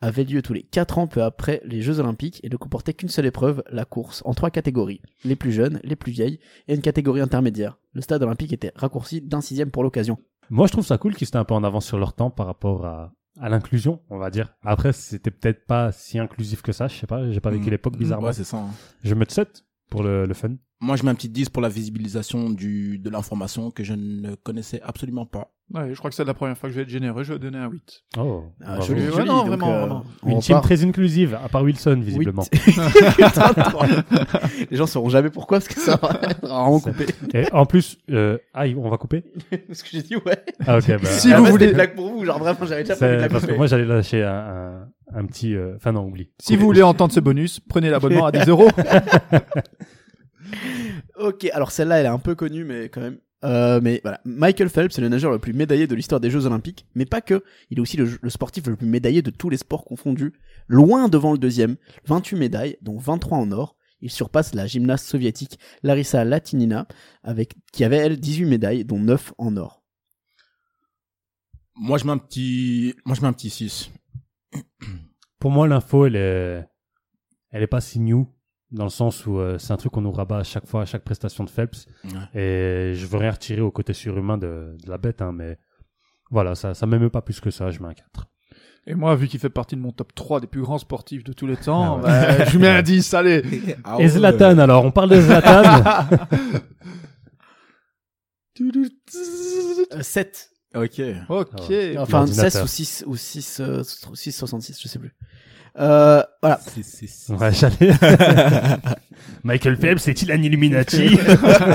avaient lieu tous les 4 ans peu après les Jeux olympiques et ne comportaient qu'une seule épreuve, la course, en trois catégories, les plus jeunes, les plus vieilles et une catégorie intermédiaire. Le stade olympique était raccourci d'un sixième pour l'occasion. Moi, je trouve ça cool qu'ils étaient un peu en avance sur leur temps par rapport à, à l'inclusion, on va dire. Après, c'était peut-être pas si inclusif que ça, je sais pas, j'ai pas vécu Mm. l'époque bizarrement. Ouais, c'est ça. hein. je me 7 pour le, le fun. Moi, je mets un petit 10 pour la visibilisation du, de l'information que je ne connaissais absolument pas. Ouais, je crois que c'est la première fois que je vais être généreux. Je vais donner un 8. Oh, Ah, bravo. joli. Ouais, non, vraiment, vraiment. on Une team repart. très inclusive, à part Wilson, visiblement. les gens sauront jamais pourquoi parce que ça va être vraiment C'est- coupé. Et en plus, euh, ah, on va couper Parce que j'ai dit ouais. Ah, ok, bah. Si À la vous voulez- base, c'était une blague pour vous, genre vraiment j'avais déjà pas envie de c'est la parce que couper. moi, j'allais lâcher un, un, un petit. euh, Enfin, non, oublie. Si vous voulez entendre ce bonus, prenez l'abonnement à 10 euros. Ok, alors celle-là, elle est un peu connue, mais quand même. Euh, mais voilà, Michael Phelps est le nageur le plus médaillé de l'histoire des Jeux Olympiques, mais pas que. Il est aussi le, le sportif le plus médaillé de tous les sports confondus, loin devant le deuxième. 28 médailles, dont 23 en or. Il surpasse la gymnaste soviétique Larissa Latinina, avec qui avait elle 18 médailles, dont 9 en or. Moi, je mets un petit, moi, je mets un petit 6. Pour moi, l'info, elle est, elle est pas si new, dans le sens où euh, c'est un truc qu'on nous rabat à chaque fois, à chaque prestation de Phelps. Ouais. Et je veux rien retirer au côté surhumain de, de la bête, hein, mais voilà, ça, ça m'aime pas plus que ça, je mets un 4. Et moi, vu qu'il fait partie de mon top 3 des plus grands sportifs de tous les temps, Ah ouais. bah, je lui mets un 10, allez. Ah, et ouais. Zlatan, alors, on parle de Zlatan. Euh, 7. Ok. Ok. Ah ouais. Enfin, L'ordinateur. 16 ou 6, ou euh, 6, 66, je sais plus. Euh, voilà. Ouais, j'allais. Michael Phelps est-il un Illuminati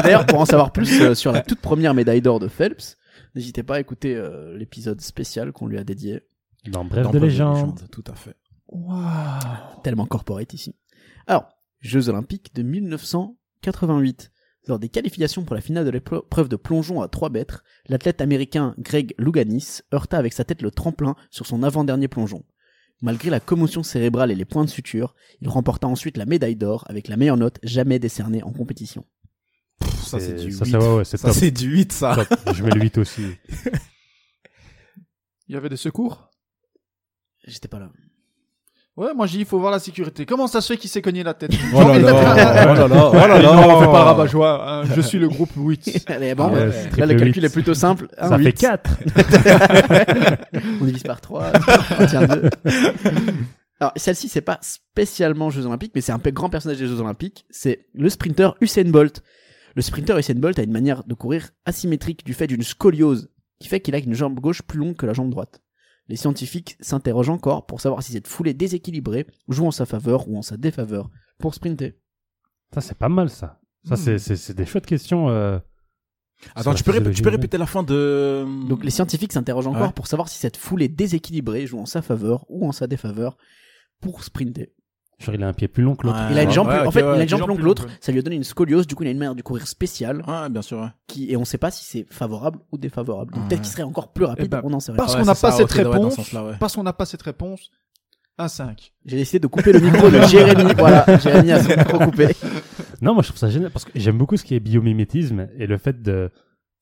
D'ailleurs, pour en savoir plus euh, sur la toute première médaille d'or de Phelps, n'hésitez pas à écouter euh, l'épisode spécial qu'on lui a dédié. Dans bref Dans de Bref légende. Tout à fait. Tellement corporate ici. Alors, Jeux Olympiques de 1988. Lors des qualifications pour la finale de l'épreuve de plongeon à 3 mètres, l'athlète américain Greg Louganis heurta avec sa tête le tremplin sur son avant-dernier plongeon. Malgré la commotion cérébrale et les points de suture, il remporta ensuite la médaille d'or avec la meilleure note jamais décernée en compétition. Pff, ça, c'est du Ça, 8. ça, ouais, ouais, c'est Ça, top. c'est du 8, ça. top. Je mets le 8 aussi. Il y avait des secours J'étais pas là. Ouais, moi j'ai dit, il faut voir la sécurité. Comment ça se fait qu'il s'est cogné la tête Oh là là, oh là là, oh là Ah Et là. non, on fait pas rabat-joie. hein. Je suis le groupe 8. Allez, bon, Ah ouais, c'est là, triple le calcul huit. est plutôt simple. Un Ça fait huit. 4. On divise par 3, tient 2. Alors, celle-ci, c'est pas spécialement Jeux Olympiques, mais c'est un peu grand personnage des Jeux Olympiques. C'est le sprinter Usain Bolt. Le sprinter Usain Bolt a une manière de courir asymétrique du fait d'une scoliose, qui fait qu'il a une jambe gauche plus longue que la jambe droite. Les scientifiques s'interrogent encore pour savoir si cette foulée déséquilibrée joue en sa faveur ou en sa défaveur pour sprinter. Ça, c'est pas mal, ça. Ça, c'est- c'est c'est des chouettes questions. euh, sur Attends, la tu peux, répé- tu peux physiologie humaine. répéter la fin de. Donc les scientifiques s'interrogent encore Ouais. pour savoir si cette foulée déséquilibrée joue en sa faveur ou en sa défaveur pour sprinter. Genre, il a un pied plus long que l'autre. Ouais. Il a une jambe, Ah, ouais, plus- en ok, fait, ouais, il a une une jambe jambe plus longue plus que l'autre, longue, ouais. ça lui a donné une scoliose, du coup il a une manière de courir spéciale, Ouais, bien sûr, ouais. qui, et on sait pas si c'est favorable ou défavorable. Donc Ouais. peut-être qu'il serait encore plus rapide, Eh ben, on en sait rien. Parce Ouais, qu'on c'est n'a ça, pas cette ok, ouais, dans ce réponse. sens-là, ouais. Parce qu'on n'a pas cette réponse. Un 5. J'ai décidé de couper le micro de Jérémy, voilà, Jérémy a son micro coupé. Non, moi, je trouve ça génial parce que j'aime beaucoup ce qui est biomimétisme et le fait de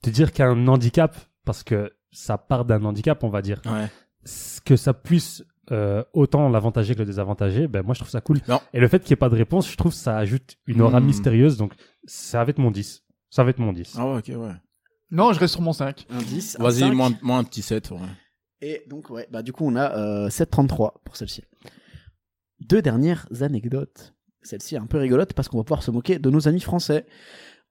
te dire qu'un handicap, parce que ça part d'un handicap, on va dire, Ouais. ce que ça puisse euh, autant l'avantager que le désavantager, ben moi je trouve ça cool. Non. Et le fait qu'il n'y ait pas de réponse, je trouve que ça ajoute une aura Mm. mystérieuse. Donc ça va être mon 10. Ça va être mon 10. Ah ouais, ok, ouais. Non, je reste sur mon 5. Un 10, un Vas-y, Ah, cinq. moi, un- moi un petit 7. Ouais. Et donc, ouais, bah, du coup, on a euh, 7,33 pour celle-ci. Deux dernières anecdotes. Celle-ci est un peu rigolote parce qu'on va pouvoir se moquer de nos amis français.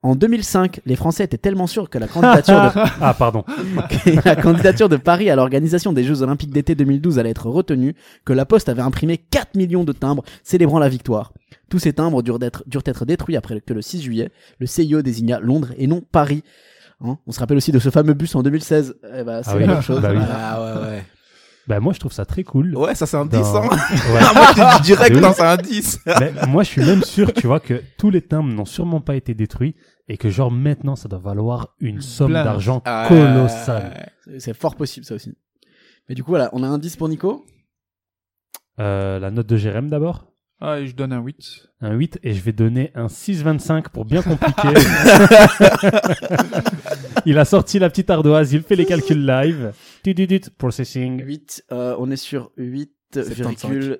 En 2005, les Français étaient tellement sûrs que la candidature de, Ah, pardon. que la candidature de Paris à l'organisation des Jeux Olympiques d'été 2012 allait être retenue que la Poste avait imprimé 4 millions de timbres célébrant la victoire. Tous ces timbres durent être, durent être détruits après que le 6 juillet, le CIO désigna Londres et non Paris. Hein, on se rappelle aussi de ce fameux bus en 2016. Eh bah, c'est Ah la oui. même chose. Bah oui. Voilà. Ah ouais, ouais. Ben moi je trouve ça très cool. Ouais, ça c'est un 10, Dans- hein. Ouais. Ah, moi, je t'ai dit direct, De hein, ouf. c'est un 10. Mais moi je suis même sûr, tu vois, que tous les timbres n'ont sûrement pas été détruits et que genre maintenant ça doit valoir une somme Plein. d'argent Ah. colossale. C'est- C'est fort possible, ça aussi. Mais du coup, voilà, on a un 10 pour Nico. Euh, la note de Jérém d'abord Ah, et je donne un 8. un 8 et je vais donner un 6,25 pour bien compliquer. il a sorti la petite ardoise, il fait les calculs live. Tududut, processing. 8, euh, on est sur 8,06.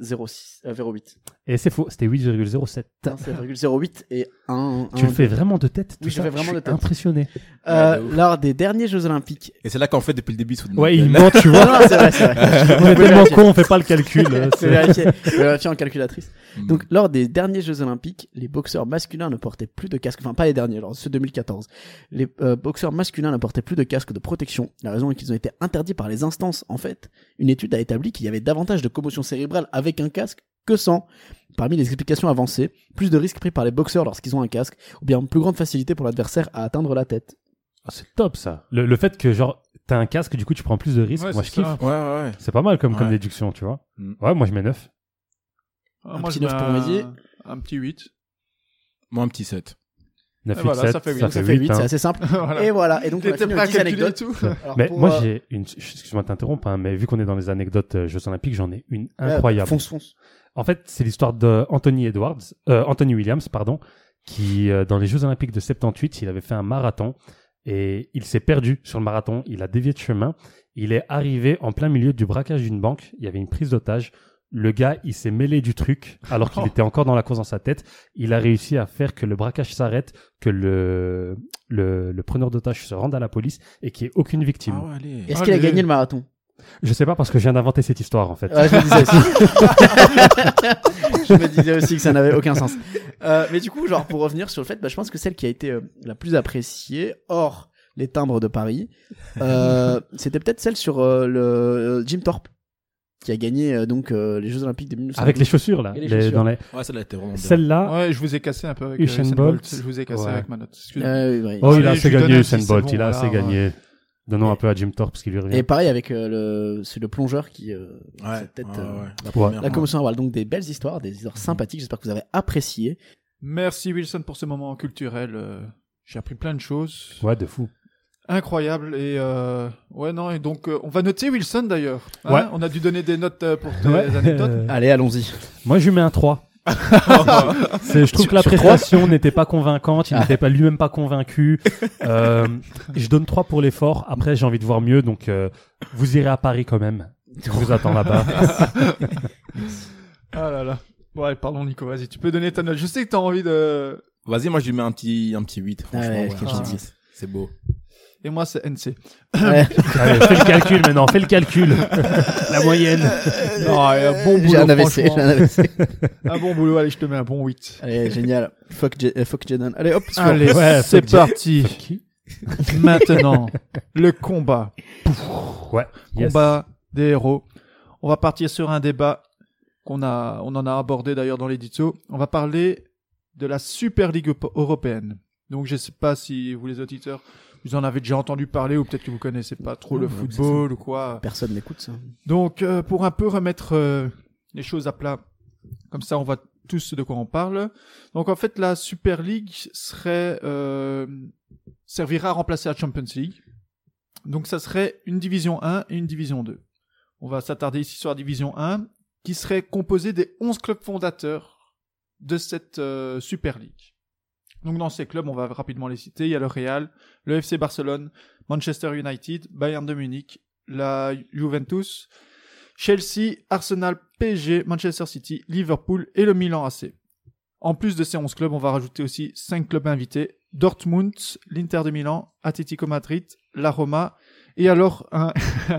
euh, 0,8. Et c'est faux, c'était 8,07. Putain, c'est 0,08 et 1. Tu le fais vraiment de tête tout Oui, je ça fais vraiment suis de tête. impressionné. Euh, Ouais, de ouf. lors des derniers Jeux Olympiques. Et c'est là qu'en fait, depuis le début, il se fout de Ouais, notre il gueule. ment, tu Non, vois. non, c'est vrai, c'est vrai. on est tellement vérifier. con, on fait pas le calcul. euh, Je c'est- vais vérifier. Je vais vérifier en calculatrice. Mm. Donc, lors des derniers Jeux Olympiques, les boxeurs masculins ne portaient plus de casque. Enfin, pas les derniers, lors de ceux 2014. Les euh, boxeurs masculins ne portaient plus de casque de protection. La raison est qu'ils ont été interdits par les instances. En fait, une étude a établi qu'il y avait davantage de commotion cérébrale avec un casque que sans. Parmi les explications avancées, plus de risques pris par les boxeurs lorsqu'ils ont un casque, ou bien plus grande facilité pour l'adversaire à atteindre la tête. Ah, c'est top ça. Le, le fait que genre t'as un casque, du coup tu prends plus de risques. Ouais, moi je c'est ça. kiffe. Ouais, ouais, ouais. C'est pas mal comme, comme Ouais. déduction, tu vois. Mm. Ouais, moi je mets 9. Ah, Un moi, petit je neuf mets pour un- Mazier. Un petit 8. Moi un petit 7. 9, Et 8, Ah, voilà, 7, ça fait huit. Donc, ça fait 8, hein. c'est assez Eh, simple. voilà. Et voilà. Et donc, on a T'étais fini prêt à aux 10 calculer anecdotes. tout Alors, Mais pour, moi euh, j'ai une... Excuse-moi de t'interrompre, hein, mais vu qu'on est dans les anecdotes euh, Jeux Olympiques, j'en ai une euh, incroyable. fonce, fonce. En fait, c'est l'histoire de Anthony Edwards, euh, Anthony Williams, pardon, qui euh, dans les Jeux Olympiques de 78, il avait fait un marathon et il s'est perdu sur le marathon. Il a dévié de chemin. Il est arrivé en plein milieu du braquage d'une banque. Il y avait une prise d'otage. Le gars, il s'est mêlé du truc alors qu'il Oh. était encore dans la course dans sa tête. Il a réussi à faire que le braquage s'arrête, que le, le, le preneur d'otage se rende à la police et qu'il n'y ait aucune victime. Ah ouais, allez. Est-ce qu'il a Allez. gagné le marathon Je sais pas parce que je viens d'inventer cette histoire en fait. Ouais, je me disais aussi. je me disais aussi que ça n'avait aucun sens. Euh, mais du coup, genre, pour revenir sur le fait, bah, je pense que celle qui a été euh, la plus appréciée, hors les timbres de Paris. Euh, C'était peut-être celle sur euh, le Jim Thorpe qui a gagné euh, donc euh, les Jeux Olympiques de 1900. Avec les chaussures, là. Et les les- chaussures. dans les... Ouais, celle-là était vraiment bien. Celle-là, Ouais, je vous ai cassé un peu avec euh, Usain Usain Bolt. Bolt. Je vous ai cassé Ouais. avec ma note. Excusez-moi. Euh, oui, oui. Oh, il Allez, a je assez lui donne gagné, un Usain six, Bolt. c'est Il a bon, assez voilà, gagné. Donnons un peu à Jim Thorpe parce qu'il lui revient. Et pareil avec euh, le c'est le plongeur qui euh, Ouais, c'est peut-être ouais, euh, ouais. La Ouais. première. la commotion orale. Donc des belles histoires, des histoires sympathiques. J'espère que vous avez apprécié. Merci Wilson pour ce moment culturel. euh, J'ai appris plein de choses. Ouais, de fou. Incroyable. Et euh, ouais, non, et donc euh, on va noter Wilson d'ailleurs. Hein, Ouais. On a dû donner des notes euh, pour tes Ouais. anecdotes. Allez, allons-y. Moi, je lui mets un 3. C'est- je trouve que la prestation n'était pas convaincante, il n'était pas lui-même pas convaincu. Euh, je donne 3 pour l'effort. Après, j'ai envie de voir mieux, donc euh, vous irez à Paris quand même. Je vous attends là-bas. Ah là là. Ouais, pardon Nico, vas-y, tu peux donner ta note. Je sais que t'as envie de. Vas-y, moi je lui mets un petit, un petit 8. Ah Franchement, Ah ouais, ouais, Ah. quel un petit petit 8. C'est beau. Et moi, c'est NC. Ouais. Allez, fais le calcul maintenant, fais le calcul. la moyenne. Non, et un bon J'ai boulot. un AVC. franchement. j'ai un AVC. Un bon boulot, allez, je te mets un bon 8. Allez, génial. Fuck, Je- euh, fuck Jaden. Allez, hop, suivant. Allez, Ouais, c'est fuck Jay- parti. Maintenant, le combat. Ouais. Yes. Combat des héros. On va partir sur un débat qu'on a, on en a abordé d'ailleurs dans l'édito. On va parler de la Super Ligue Epo- européenne. Donc, je sais pas si vous, les auditeurs, vous en avez déjà entendu parler ou peut-être que vous connaissez pas trop le Ouais, c'est football ou quoi. Personne n'écoute ça. Donc, euh, pour un peu remettre euh, les choses à plat, comme ça on voit tous de quoi on parle. Donc, en fait, la Super League serait, euh, servira à remplacer la Champions League. Donc, ça serait une division 1 et une division 2. On va s'attarder ici sur la division 1, qui serait composée des 11 clubs fondateurs de cette euh, Super League. Donc, dans ces clubs, on va rapidement les citer. Il y a le Real, le FC Barcelone, Manchester United, Bayern de Munich, la Juventus, Chelsea, Arsenal, PSG, Manchester City, Liverpool et le Milan AC. En plus de ces 11 clubs, on va rajouter aussi 5 clubs invités. Dortmund, l'Inter de Milan, Atletico Madrid, la Roma et alors un,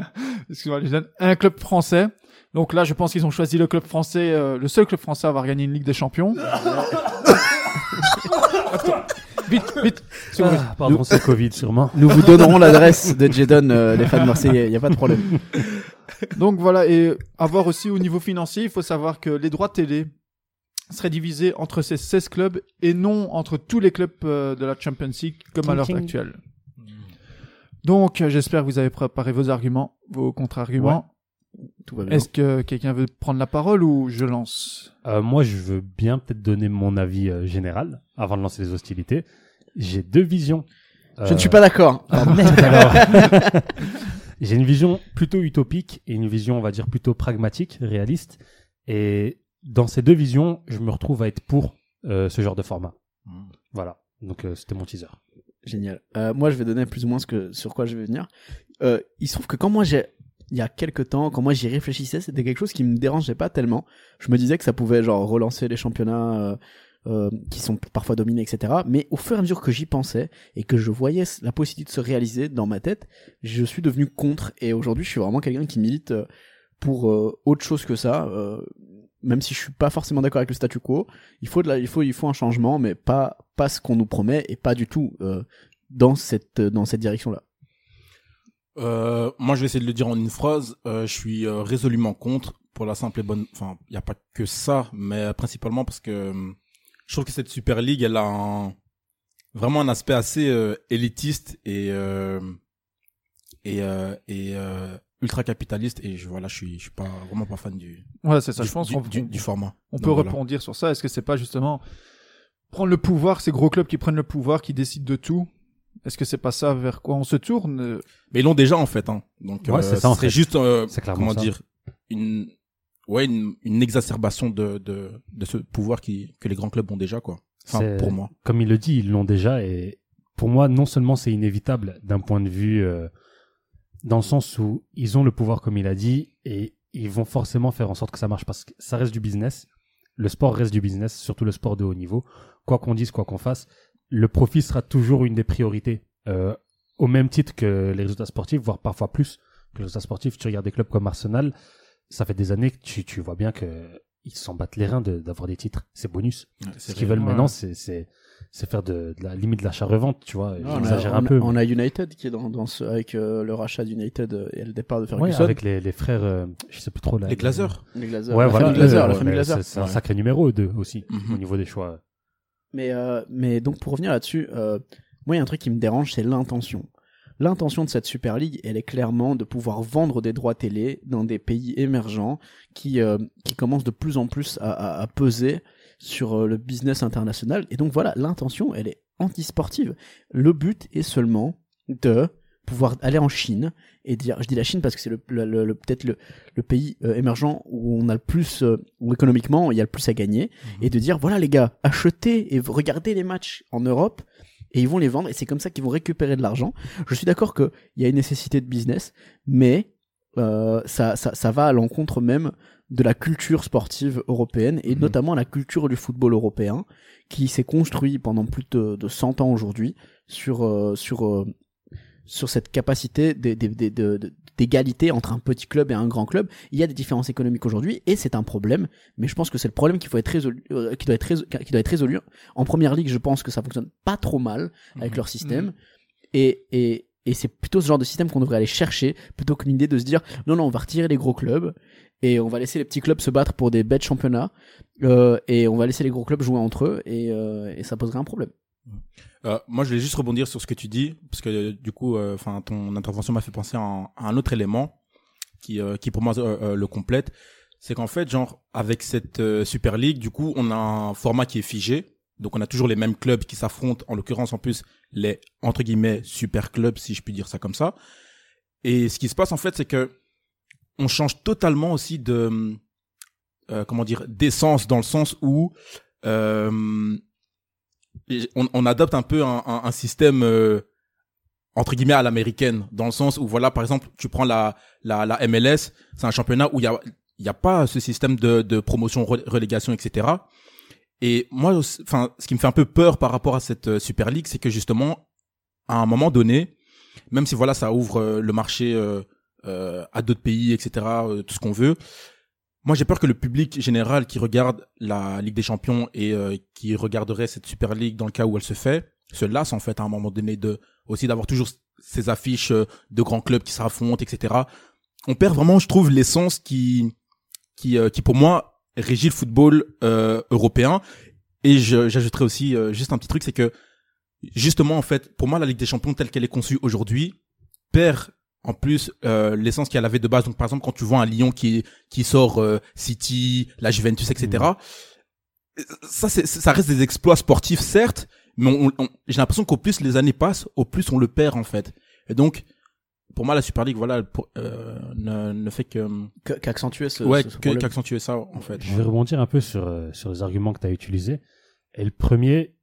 excuse-moi, Jason, un club français. Donc là, je pense qu'ils ont choisi le club français, euh, le seul club français à avoir gagné une Ligue des Champions. Attends. Vite, vite. s'il vous plaît. Ah, pardon, c'est Covid sûrement. Nous vous donnerons l'adresse de Jaden, euh, les fans marseillais. Il a pas de problème. Donc voilà, et avoir aussi au niveau financier, il faut savoir que les droits télé seraient divisés entre ces 16 clubs et non entre tous les clubs euh, de la Champions League comme à l'heure Ting, ting. actuelle. Donc euh, j'espère que vous avez préparé vos arguments, vos contre-arguments. Tout va bien. Est-ce que quelqu'un veut prendre la parole ou je lance Euh, moi, je veux bien peut-être donner mon avis euh, général avant de lancer les hostilités. J'ai deux visions. Je Euh, ne suis pas d'accord. Ah, Alors, J'ai une vision plutôt utopique et une vision, on va dire, plutôt pragmatique, réaliste. Et dans ces deux visions, je me retrouve à être pour euh, ce genre de format. Hmm. Voilà. Donc, euh, c'était mon teaser. Génial. Euh, moi, je vais donner plus ou moins ce que, sur quoi je vais venir. Euh, il se trouve que quand moi j'ai, il y a quelques temps, quand moi j'y réfléchissais, c'était quelque chose qui me dérangeait pas tellement. Je me disais que ça pouvait genre relancer les championnats euh, euh, qui sont parfois dominés, etc. Mais au fur et à mesure que j'y pensais et que je voyais la possibilité de se réaliser dans ma tête, je suis devenu contre. Et aujourd'hui, je suis vraiment quelqu'un qui milite euh, pour euh, autre chose que ça. euh, même si je suis pas forcément d'accord avec le statu quo, il faut de la, il faut, il faut un changement, mais pas, pas ce qu'on nous promet et pas du tout euh, dans cette, dans cette direction-là. Euh, moi, je vais essayer de le dire en une phrase. Euh, je suis euh, résolument contre pour la simple et bonne. Enfin, il n'y a pas que ça, mais euh, principalement parce que euh, je trouve que cette Super League, elle a un- vraiment un aspect assez euh, élitiste et euh, et euh, et ultra capitaliste. Et je, voilà, je suis, je suis pas vraiment pas fan du Voilà, c'est ça. du, je pense du, qu'on du- du format. on Donc, peut voilà. rebondir sur ça. Est-ce que c'est pas justement prendre le pouvoir, ces gros clubs qui prennent le pouvoir, qui décident de tout Est-ce que c'est pas ça vers quoi on se tourne Mais ils l'ont déjà en fait, hein. Donc Ouais, euh, c'est ça, ce en serait fait. juste euh, C'est clairement comment ça. dire une ouais une, une exacerbation de, de de ce pouvoir qui que les grands clubs ont déjà quoi. Enfin C'est- pour moi. Comme il le dit, ils l'ont déjà. Et pour moi, non seulement c'est inévitable d'un point de vue, euh, dans le sens où ils ont le pouvoir, comme il a dit, et ils vont forcément faire en sorte que ça marche parce que ça reste du business. Le sport reste du business, surtout le sport de haut niveau. Quoi qu'on dise, quoi qu'on fasse, le profit sera toujours une des priorités. Euh, au même titre que les résultats sportifs, voire parfois plus que les résultats sportifs. Tu regardes des clubs comme Arsenal, ça fait des années que tu, tu vois bien que ils s'en battent les reins de- d'avoir des titres. C'est bonus. Ce C'est qu'ils vrai. veulent Ouais. maintenant, c'est- c'est c'est faire de, de la limite de l'achat-revente, tu vois. Non, on, J'exagère a, un on- peu. on mais- a United qui est dans, dans ce, avec euh, le rachat d'United euh, et le départ de Ouais, Ferguson. avec les, les frères, euh, je sais plus trop. là, Les Glazers. les Glazers. Ouais, la voilà. famille Glazer, eux, la ouais, famille mais Glazer. c'est- C'est un sacré numéro, eux aussi, Mhm. au niveau des choix. Mais, euh, mais donc pour revenir là-dessus, euh, moi il y a un truc qui me dérange, c'est l'intention. L'intention de cette Super League, elle est clairement de pouvoir vendre des droits télé dans des pays émergents qui, euh, qui commencent de plus en plus à, à- à peser sur euh, le business international. Et donc voilà, l'intention, elle est antisportive. Le but est seulement de pouvoir aller en Chine et dire, je dis la Chine parce que c'est le, le- le- le- peut-être le, le pays euh, émergent où on a le plus, euh, où économiquement il y a le plus à gagner, et de dire voilà les gars, achetez et regardez les matchs en Europe et ils vont les vendre et c'est comme ça qu'ils vont récupérer de l'argent. Je suis d'accord qu'il y a une nécessité de business, mais euh, ça, ça, ça va à l'encontre même de la culture sportive européenne et Mhm. notamment la culture du football européen qui s'est construit pendant plus de, de 100 ans aujourd'hui sur, euh, sur, euh, sur cette capacité des- des- des- de- de- d'égalité entre un petit club et un grand club. Il y a des différences économiques aujourd'hui et c'est un problème, mais je pense que c'est le problème qu'il faut être résolu, euh, qui, doit être résolu, qui doit être résolu. En première ligue, je pense que ça fonctionne pas trop mal avec leur système et, et, et c'est plutôt ce genre de système qu'on devrait aller chercher plutôt qu'une idée de se dire non, non, on va retirer les gros clubs et on va laisser les petits clubs se battre pour des bêtes championnats euh, et on va laisser les gros clubs jouer entre eux et, euh, et ça poserait un problème. Euh, moi, je voulais juste rebondir sur ce que tu dis, parce que euh, du coup, enfin, ton intervention m'a fait penser à un, à un autre élément qui, euh, qui pour moi, euh, euh, le complète. C'est qu'en fait, genre, avec cette euh, Super League, du coup, on a un format qui est figé. Donc, on a toujours les mêmes clubs qui s'affrontent. En l'occurrence, en plus, les entre guillemets super clubs, si je puis dire ça comme ça. Et ce qui se passe, en fait, c'est que on change totalement aussi de euh, comment dire d'essence dans le sens où euh, et on, on adopte un peu un, un- un système euh, entre guillemets à l'américaine dans le sens où voilà par exemple tu prends la la, la MLS c'est un championnat où il y a il y a pas ce système de, de promotion re- relégation etc et moi aussi- enfin ce qui me fait un peu peur par rapport à cette euh, Super League c'est que justement à un moment donné même si voilà ça ouvre euh, le marché euh, euh, à d'autres pays etc euh, tout ce qu'on veut moi, j'ai peur que le public général qui regarde la Ligue des Champions et euh, qui regarderait cette Super League dans le cas où elle se fait, se lasse en fait à un moment donné de aussi d'avoir toujours ces affiches euh, de grands clubs qui s'affrontent, etc. On perd vraiment, je trouve, l'essence qui qui euh, qui pour moi régit le football euh, européen. Et je- j'ajouterais aussi euh, juste un petit truc, c'est que justement en fait, pour moi, la Ligue des Champions telle qu'elle est conçue aujourd'hui perd en plus euh, l'essence qu'elle avait de base. Donc par exemple, quand tu vois un Lyon qui qui sort euh, City, la Juventus, etc. Ça, c'est, ça reste des exploits sportifs, certes, mais on, on- j'ai l'impression qu'au plus les années passent, au plus on le perd en fait. Et donc, pour moi, la Super League, voilà, pour- euh, ne, ne fait que Que- Qu'accentuer ce, ouais ce- ce que- problème. qu'accentuer ça en fait. Je vais rebondir un peu sur, euh, sur les arguments que tu as utilisés. Et le premier,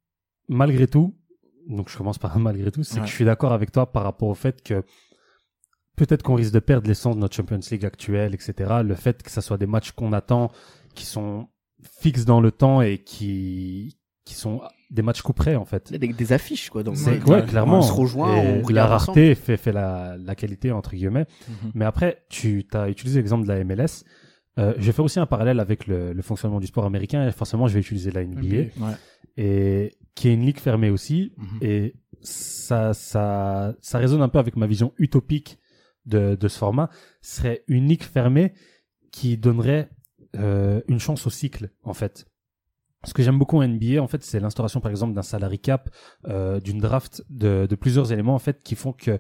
malgré tout, donc je commence par un malgré tout, c'est Ouais. que je suis d'accord avec toi par rapport au fait que peut-être qu'on risque de perdre l'essence de notre Champions League actuelle, etc. Le fait que ça soit des matchs qu'on attend, qui sont fixes dans le temps et qui, qui sont des matchs couperets, en fait. Il y a Des, des affiches quoi. Donc, C'est ouais, clairement. euh, On se rejoint, Et on la regarde ensemble. rareté fait, fait la, la qualité entre guillemets. Mhm. Mais après, tu as utilisé l'exemple de la MLS. Euh, je vais faire aussi un parallèle avec le, le fonctionnement du sport américain. Et forcément, je vais utiliser la NBA, Ouais. et qui est une ligue fermée aussi. Mhm. Et ça, ça, ça résonne un peu avec ma vision utopique de, de ce format. Ce serait une ligue fermée qui donnerait euh, une chance au cycle, en fait. Ce que j'aime beaucoup en NBA, en fait, c'est l'instauration, par exemple, d'un salary cap, euh, d'une draft, de, de plusieurs éléments, en fait, qui font que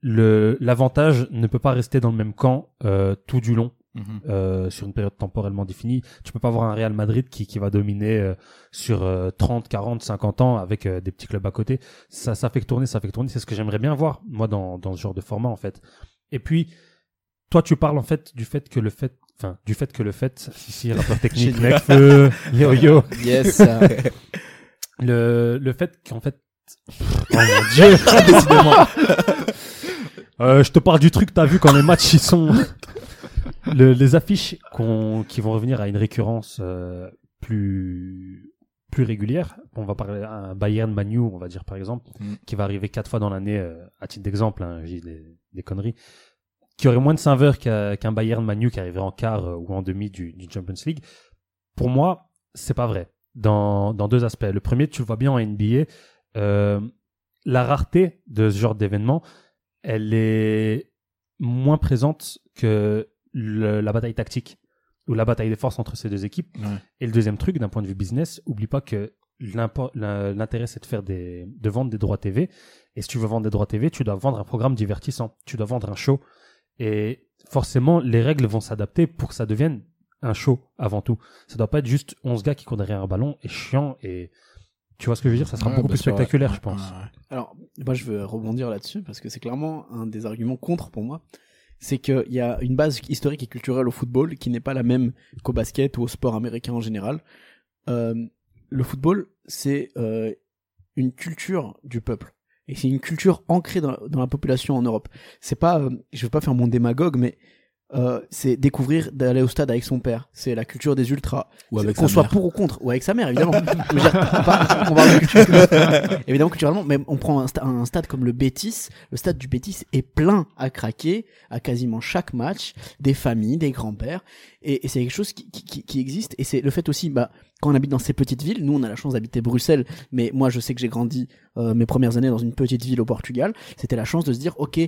le l'avantage ne peut pas rester dans le même camp euh, tout du long Mhm. euh, sur une période temporellement définie. Tu peux pas avoir un Real Madrid qui, qui va dominer euh, sur euh, 30, 40, 50 ans avec euh, des petits clubs à côté. Ça, ça fait que tourner, ça fait que tourner. C'est ce que j'aimerais bien voir, moi, dans, dans ce genre de format, en fait. Et puis, toi, tu parles, en fait, du fait que le fait, enfin, du fait que le fait, si, si, rappeur technique, mec, feu, yo, yo, Yes. ça. le, le fait qu'en fait, oh mon dieu, décidément. Euh, je te parle du truc, t'as vu quand les matchs ils sont, Le- les affiches qu'on, qui vont revenir à une récurrence euh, plus plus régulière. On va parler à un Bayern Manu, on va dire par exemple, Mm. qui va arriver quatre fois dans l'année euh, à titre d'exemple, hein, j'ai des, des conneries, qui aurait moins de saveur qu'à- qu'un Bayern Manu qui arriverait en quart euh, ou en demi du, du Champions League. pour moi, c'est pas vrai. Dans, dans deux aspects. Le premier, tu le vois bien en NBA, euh, la rareté de ce genre d'événement, elle est moins présente que le- la bataille tactique ou la bataille des forces entre ces deux équipes. Ouais. Et le deuxième truc, d'un point de vue business, oublie pas que l'impo- la- l'intérêt, c'est de faire des, de vendre des droits TV. Et si tu veux vendre des droits TV, tu dois vendre un programme divertissant, tu dois vendre un show. Et forcément, les règles vont s'adapter pour que ça devienne un show avant tout. Ça doit pas être juste 11 gars qui courent derrière un ballon et chiant et tu vois ce que je veux dire, ça sera Ouais, beaucoup bah, plus c'est vrai. spectaculaire, je pense. Ah, ouais. Alors, moi, je veux rebondir là-dessus parce que c'est clairement un des arguments contre pour moi. C'est qu'il y a une base historique et culturelle au football qui n'est pas la même qu'au basket ou au sport américain en général. Euh, le football, c'est euh, une culture du peuple. Et c'est une culture ancrée dans, dans la population en Europe. C'est pas, euh, je veux pas faire mon démagogue, mais euh, c'est découvrir d'aller au stade avec son père. C'est la culture des ultras. Ou avec qu'on sa soit mère. pour ou contre, ou avec sa mère évidemment. Je veux dire, on parle- on parle de culture. évidemment culturellement, mais on prend un, sta- un stade comme le Bétis. Le stade du Bétis est plein à craquer à quasiment chaque match, des familles, des grands-pères, et, et c'est quelque chose qui, qui- qui- qui existe. Et c'est le fait aussi, bah, quand on habite dans ces petites villes, nous on a la chance d'habiter Bruxelles, mais moi je sais que j'ai grandi euh, mes premières années dans une petite ville au Portugal. C'était la chance de se dire, ok,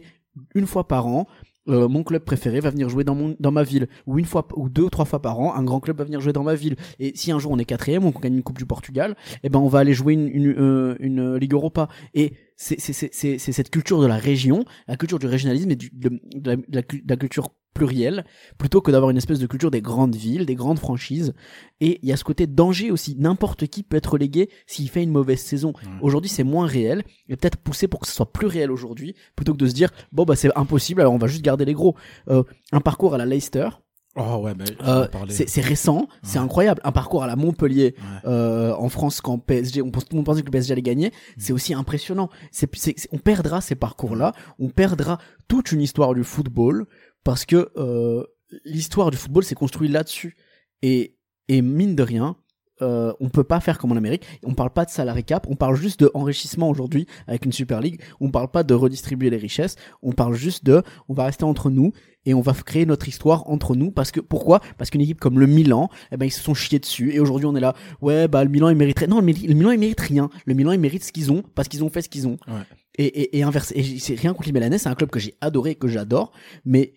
une fois par an. euh, mon club préféré va venir jouer dans mon dans ma ville ou une fois ou deux ou trois fois par an un grand club va venir jouer dans ma ville et si un jour on est quatrième ou qu'on gagne une coupe du Portugal eh ben on va aller jouer une une, euh, une, euh, Ligue Europa et c'est c'est c'est c'est c'est cette culture de la région la culture du régionalisme et du, de, de la, de la cul- de la culture plurielle plutôt que d'avoir une espèce de culture des grandes villes des grandes franchises et il y a ce côté danger aussi n'importe qui peut être relégué s'il fait une mauvaise saison aujourd'hui c'est moins réel et peut-être poussé pour que ce soit plus réel aujourd'hui plutôt que de se dire bon bah c'est impossible alors on va juste garder les gros Euh, un parcours à la Leicester Oh ouais, mais euh, j'en parlais. c'est c'est récent, c'est incroyable. Un parcours à la Montpellier Ouais. euh, en France quand PSG, on pense, tout le monde pensait que le PSG allait gagner, c'est aussi impressionnant. C'est c'est- c'est- on perdra ces parcours-là, on perdra toute une histoire du football parce que euh, l'histoire du football s'est construite là-dessus et et mine de rien. Euh, on peut pas faire comme en Amérique. On parle pas de salary cap. On parle juste de enrichissement aujourd'hui avec une Super League. On parle pas de redistribuer les richesses. On parle juste de, on va rester entre nous et on va f- créer notre histoire entre nous parce que pourquoi parce qu'une équipe comme le Milan eh ben ils se sont chiés dessus et aujourd'hui on est là ouais bah le Milan il mériterait non le, Mili- le Milan il mérite rien le Milan il mérite ce qu'ils ont parce qu'ils ont fait ce qu'ils ont Ouais. et et, et inverse et j- c'est rien contre les Milanais c'est un club que j'ai adoré et que j'adore mais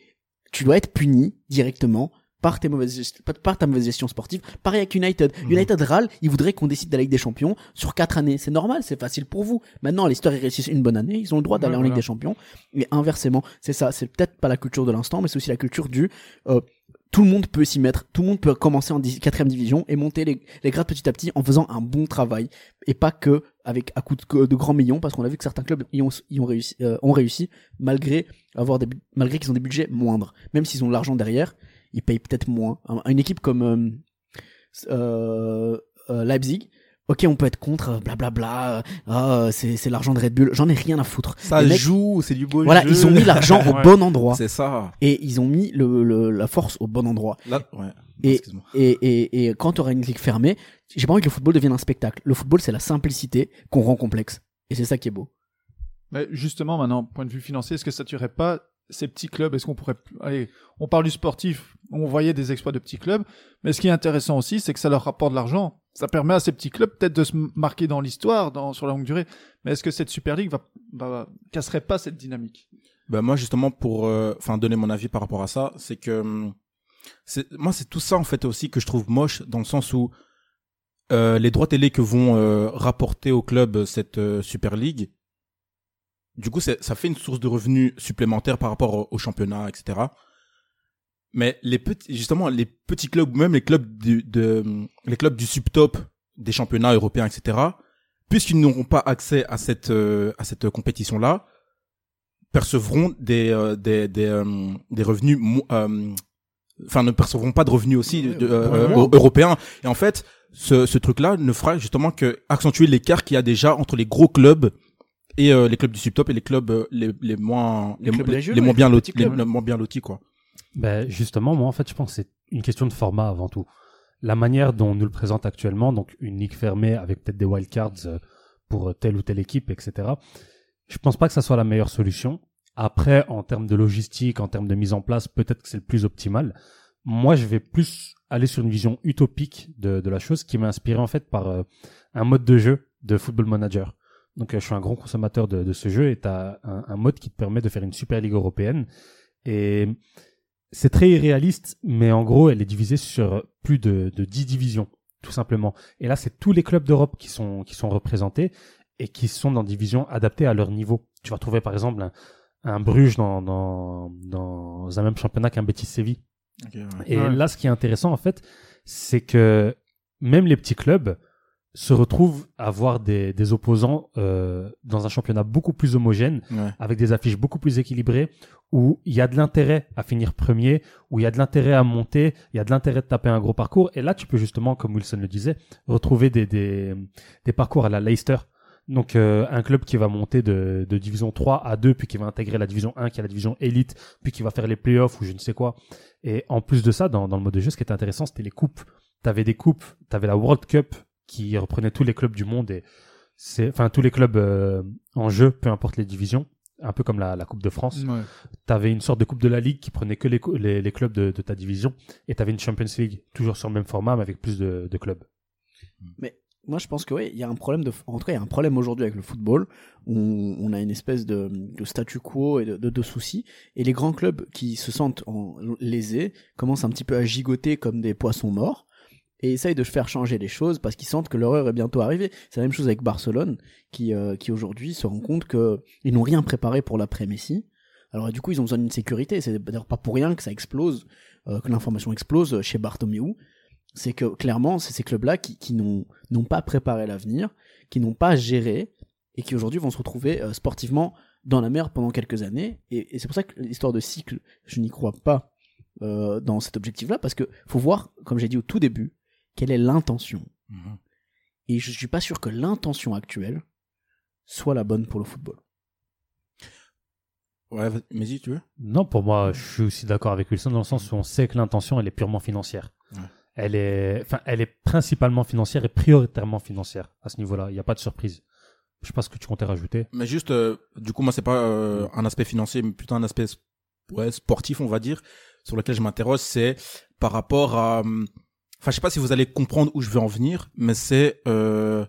tu dois être puni directement par, tes mauvaises gest- par- par ta mauvaise gestion sportive. Pareil avec United. Mhm. United râle, ils voudraient qu'on décide de la Ligue des Champions sur quatre années. C'est normal, c'est facile pour vous. Maintenant, l'histoire, ils réussissent une bonne année, ils ont le droit d'aller Ouais, en Ligue voilà. des Champions. Mais inversement, c'est ça. C'est peut-être pas la culture de l'instant, mais c'est aussi la culture du euh, tout le monde peut s'y mettre, tout le monde peut commencer en dix- quatrième division et monter les, les grades petit à petit en faisant un bon travail et pas que avec à coup de, co- de grands millions parce qu'on a vu que certains clubs y ont, y ont réussi, euh, ont réussi malgré avoir des, bu- malgré qu'ils ont des budgets moindres. Même s'ils ont de l'argent derrière, ils payent peut-être moins. Un- Une équipe comme euh, euh, euh, Leipzig. Ok, on peut être contre, euh, blablabla, euh, ah, euh, c'est c'est l'argent de Red Bull, j'en ai rien à foutre. ça les mecs- joue, c'est du beau Voilà, jeu. ils ont mis l'argent au Ouais. bon endroit C'est ça. et ils ont mis le- le, la force au bon endroit. Là, ouais. Et- Excuse-moi. Et, et, et quand tu auras une ligue fermée, j'ai pas envie que le football devienne un spectacle. Le football, c'est la simplicité qu'on rend complexe. Et c'est ça qui est beau. Mais justement, maintenant, point de vue financier, est-ce que ça tuerait pas ces petits clubs Est-ce qu'on pourrait... Allez, on parle du sportif, on voyait des exploits de petits clubs, mais ce qui est intéressant aussi, c'est que ça leur rapporte de l'argent. Ça permet à ces petits clubs peut-être de se marquer dans l'histoire, dans sur la longue durée. Mais est-ce que cette Super League va, va- casserait pas cette dynamique Bah moi justement pour euh, enfin donner mon avis par rapport à ça, c'est que hum, c'est moi c'est tout ça en fait aussi que je trouve moche dans le sens où euh, les droits télé que vont euh, rapporter au club euh, cette euh, Super League, du coup c'est- ça fait une source de revenus supplémentaire par rapport au, au championnat etc. Mais les petits justement les petits clubs ou même les clubs du, de hum, les clubs du subtop des championnats européens etc. Puisqu'ils n'auront pas accès à cette euh, à cette compétition là, percevront des euh, des des, euh, des revenus mo- euh, enfin ne percevront pas de revenus aussi de- euh, euh, européens et en fait ce ce truc là ne fera justement que accentuer l'écart qu'il y a déjà entre les gros clubs et euh, les clubs du subtop et les clubs euh, les les moins Les clubs mo- régionaux, les moins les bien petits lotis les, clubs. les moins bien lotis quoi Ben, justement, moi, en fait, je pense que c'est une question de format avant tout. La manière dont on nous le présente actuellement, donc une ligue fermée avec peut-être des wildcards euh, pour euh, telle ou telle équipe, etc. Je pense pas que ça soit la meilleure solution. Après, en termes de logistique, en termes de mise en place, peut-être que c'est le plus optimal. Moi, je vais plus aller sur une vision utopique de, de la chose qui m'a inspiré en fait par euh, un mode de jeu de Football Manager. Donc euh, je suis un grand consommateur de, de ce jeu et tu as un, un mode qui te permet de faire une Super Ligue européenne. Et c'est très irréaliste, mais en gros elle est divisée sur plus de, de 10 divisions, tout simplement. Et là c'est tous les clubs d'Europe qui sont, qui sont représentés et qui sont dans des divisions adaptées à leur niveau. Tu vas trouver par exemple un, un Bruges dans, dans, dans un même championnat qu'un Betis Séville. Et Ouais. là, ce qui est intéressant, en fait, c'est que même les petits clubs se retrouvent à avoir des, des opposants euh, dans un championnat beaucoup plus homogène, Ouais. avec des affiches beaucoup plus équilibrées, où il y a de l'intérêt à finir premier, où il y a de l'intérêt à monter, il y a de l'intérêt de taper un gros parcours. Et là, tu peux justement, comme Wilson le disait, retrouver des, des, des parcours à la Leicester. Donc euh, un club qui va monter de, de division 3 à 2, puis qui va intégrer la division 1, qui est la division élite, puis qui va faire les playoffs ou je ne sais quoi. Et en plus de ça, dans, dans le mode de jeu, ce qui était intéressant, c'était les coupes. T'avais des coupes, t'avais la World Cup qui reprenait tous les clubs du monde et c'est, enfin tous les clubs euh, en jeu, peu importe les divisions, un peu comme la, la Coupe de France. Mm. Ouais. T'avais une sorte de coupe de la ligue qui prenait que les, co- les, les clubs de, de ta division et t'avais une Champions League toujours sur le même format mais avec plus de, de clubs. Moi, je pense que oui, il y a un problème de. En tout cas, il y a un problème aujourd'hui avec le football. On, on a une espèce de, de statu quo et de, de, de soucis. Et les grands clubs qui se sentent en- lésés commencent un petit peu à gigoter comme des poissons morts et essayent de faire changer les choses parce qu'ils sentent que leur heure est bientôt arrivée. C'est la même chose avec Barcelone qui, euh, qui aujourd'hui se rend compte que ils n'ont rien préparé pour l'après-Messi. Alors, du coup, ils ont besoin d'une sécurité. C'est d'ailleurs pas pour rien que ça explose, euh, que l'information explose chez Bartomeu c'est que clairement, c'est ces clubs-là qui, qui n'ont n'ont pas préparé l'avenir, qui n'ont pas géré, et qui aujourd'hui vont se retrouver euh, sportivement dans la merde pendant quelques années. Et, et c'est pour ça que l'histoire de cycle, je n'y crois pas euh, dans cet objectif-là, parce que faut voir, comme j'ai dit au tout début, quelle est l'intention. Mhm. Et je suis pas sûr que l'intention actuelle soit la bonne pour le football. Ouais, vas- mais si tu veux. Non, pour moi, je suis aussi d'accord avec Wilson dans le sens où on sait que l'intention, elle est purement financière. Ouais. Elle est, enfin, elle est principalement financière et prioritairement financière à ce niveau-là. Il n'y a pas de surprise. Je sais pas ce que tu comptais rajouter. Mais juste, euh, du coup, moi, c'est pas euh, un aspect financier, mais plutôt un aspect s- ouais, sportif, on va dire, sur lequel je m'interroge, c'est par rapport à... hum, Enfin, je sais pas si vous allez comprendre où je veux en venir, mais c'est euh,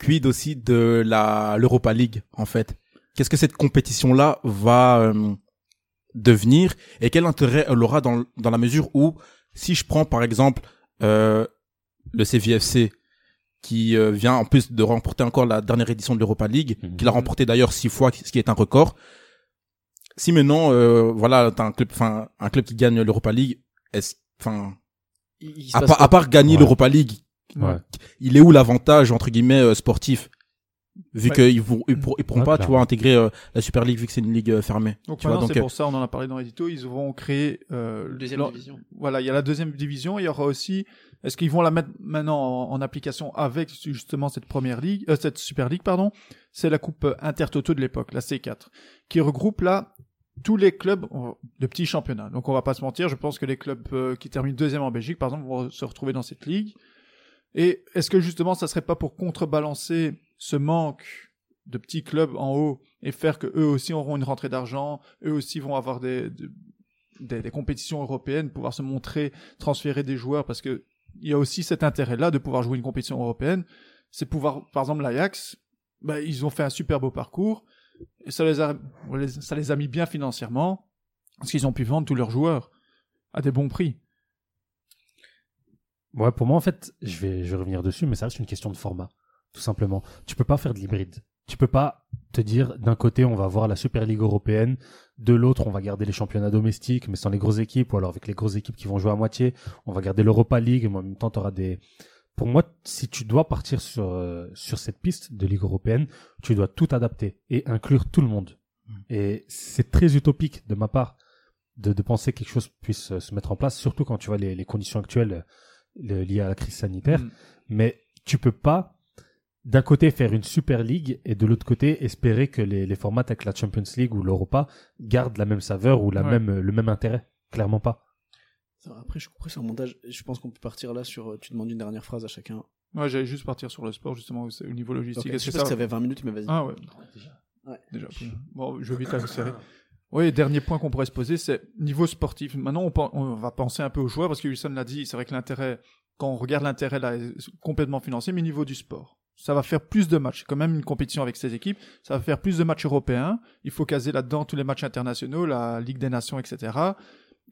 quid aussi de la l'Europa League, en fait. Qu'est-ce que cette compétition-là va euh, devenir et quel intérêt elle aura dans, dans la mesure où, si je prends par exemple euh, le CVFC, qui euh, vient en plus de remporter encore la dernière édition de l'Europa League, Mhm. qu'il a remporté d'ailleurs six fois, ce qui est un record. Si maintenant, euh, voilà, t'as un club, enfin, un club qui gagne l'Europa League, est-ce, enfin, Ah, à, part- à part gagner Ouais. l'Europa League, Ouais. il est où l'avantage entre guillemets euh, sportif, vu Ouais. qu'ils vont, ils, pour- ils pourront Ouais, pas, tu clairement. vois, intégrer euh, la Super League vu que c'est une ligue euh, fermée. Donc tu vois, maintenant, donc, c'est euh, pour ça, on en a parlé dans l'édito, ils vont créer... euh, Deuxième leur- division. Voilà, il y a la deuxième division, il y aura aussi... Est-ce qu'ils vont la mettre maintenant en, en application avec justement cette première ligue, euh, cette Super Ligue, pardon C'est la coupe euh, intertoto de l'époque, la C4, qui regroupe là tous les clubs euh, de petits championnats. Donc on va pas se mentir, je pense que les clubs euh, qui terminent deuxième en Belgique, par exemple, vont se retrouver dans cette ligue. Et est-ce que justement, ça serait pas pour contrebalancer ce manque de petits clubs en haut et faire que eux aussi auront une rentrée d'argent, eux aussi vont avoir des, de- des, des compétitions européennes, pouvoir se montrer, transférer des joueurs, parce que il y a aussi cet intérêt-là de pouvoir jouer une compétition européenne. C'est pouvoir, par exemple, l'Ajax, bah, ils ont fait un super beau parcours et ça les a, on les- ça les a mis bien financièrement parce qu'ils ont pu vendre tous leurs joueurs à des bons prix. Ouais, pour moi, en fait, je vais, je vais revenir dessus, mais ça reste une question de format, tout simplement. Tu peux pas faire de l'hybride. Tu peux pas te dire, d'un côté, on va avoir la Super Ligue européenne, de l'autre, on va garder les championnats domestiques, mais sans les grosses équipes, ou alors avec les grosses équipes qui vont jouer à moitié, on va garder l'Europa League, mais en même temps, t'auras des... Pour moi, si tu dois partir sur, euh, sur cette piste de Ligue européenne, tu dois tout adapter et inclure tout le monde. Et c'est très utopique de ma part de, de penser que quelque chose puisse euh, se mettre en place, surtout quand tu vois les, les conditions actuelles euh, le- lié à la crise sanitaire. Mm. Mais tu peux pas, d'un côté, faire une Super League et de l'autre côté, espérer que les, les formats avec la Champions League ou l'Europa gardent la même saveur ou la Ouais. même, le même intérêt. Clairement pas. Ça va, Après, je comprends c'est un montage. Je pense qu'on peut partir là sur. euh, Tu demandes une dernière phrase à chacun. Moi, j'allais juste partir sur le sport, justement, au au niveau Ok, logistique. Je Est-ce sais que Ah, pas si ça- ça fait 20 minutes, mais vas-y. Ah ouais. Ouais. Déjà. Bon, je vais vite la serrer. Oui, dernier point qu'on pourrait se poser, c'est niveau sportif. Maintenant, on, pen- on va penser un peu aux joueurs, parce que Wilson l'a dit, c'est vrai que l'intérêt, quand on regarde l'intérêt là, est complètement financier, mais niveau du sport. Ça va faire plus de matchs. C'est Quand même une compétition avec ces équipes. Ça va faire plus de matchs européens. Il faut caser là-dedans tous les matchs internationaux, la Ligue des Nations, etc.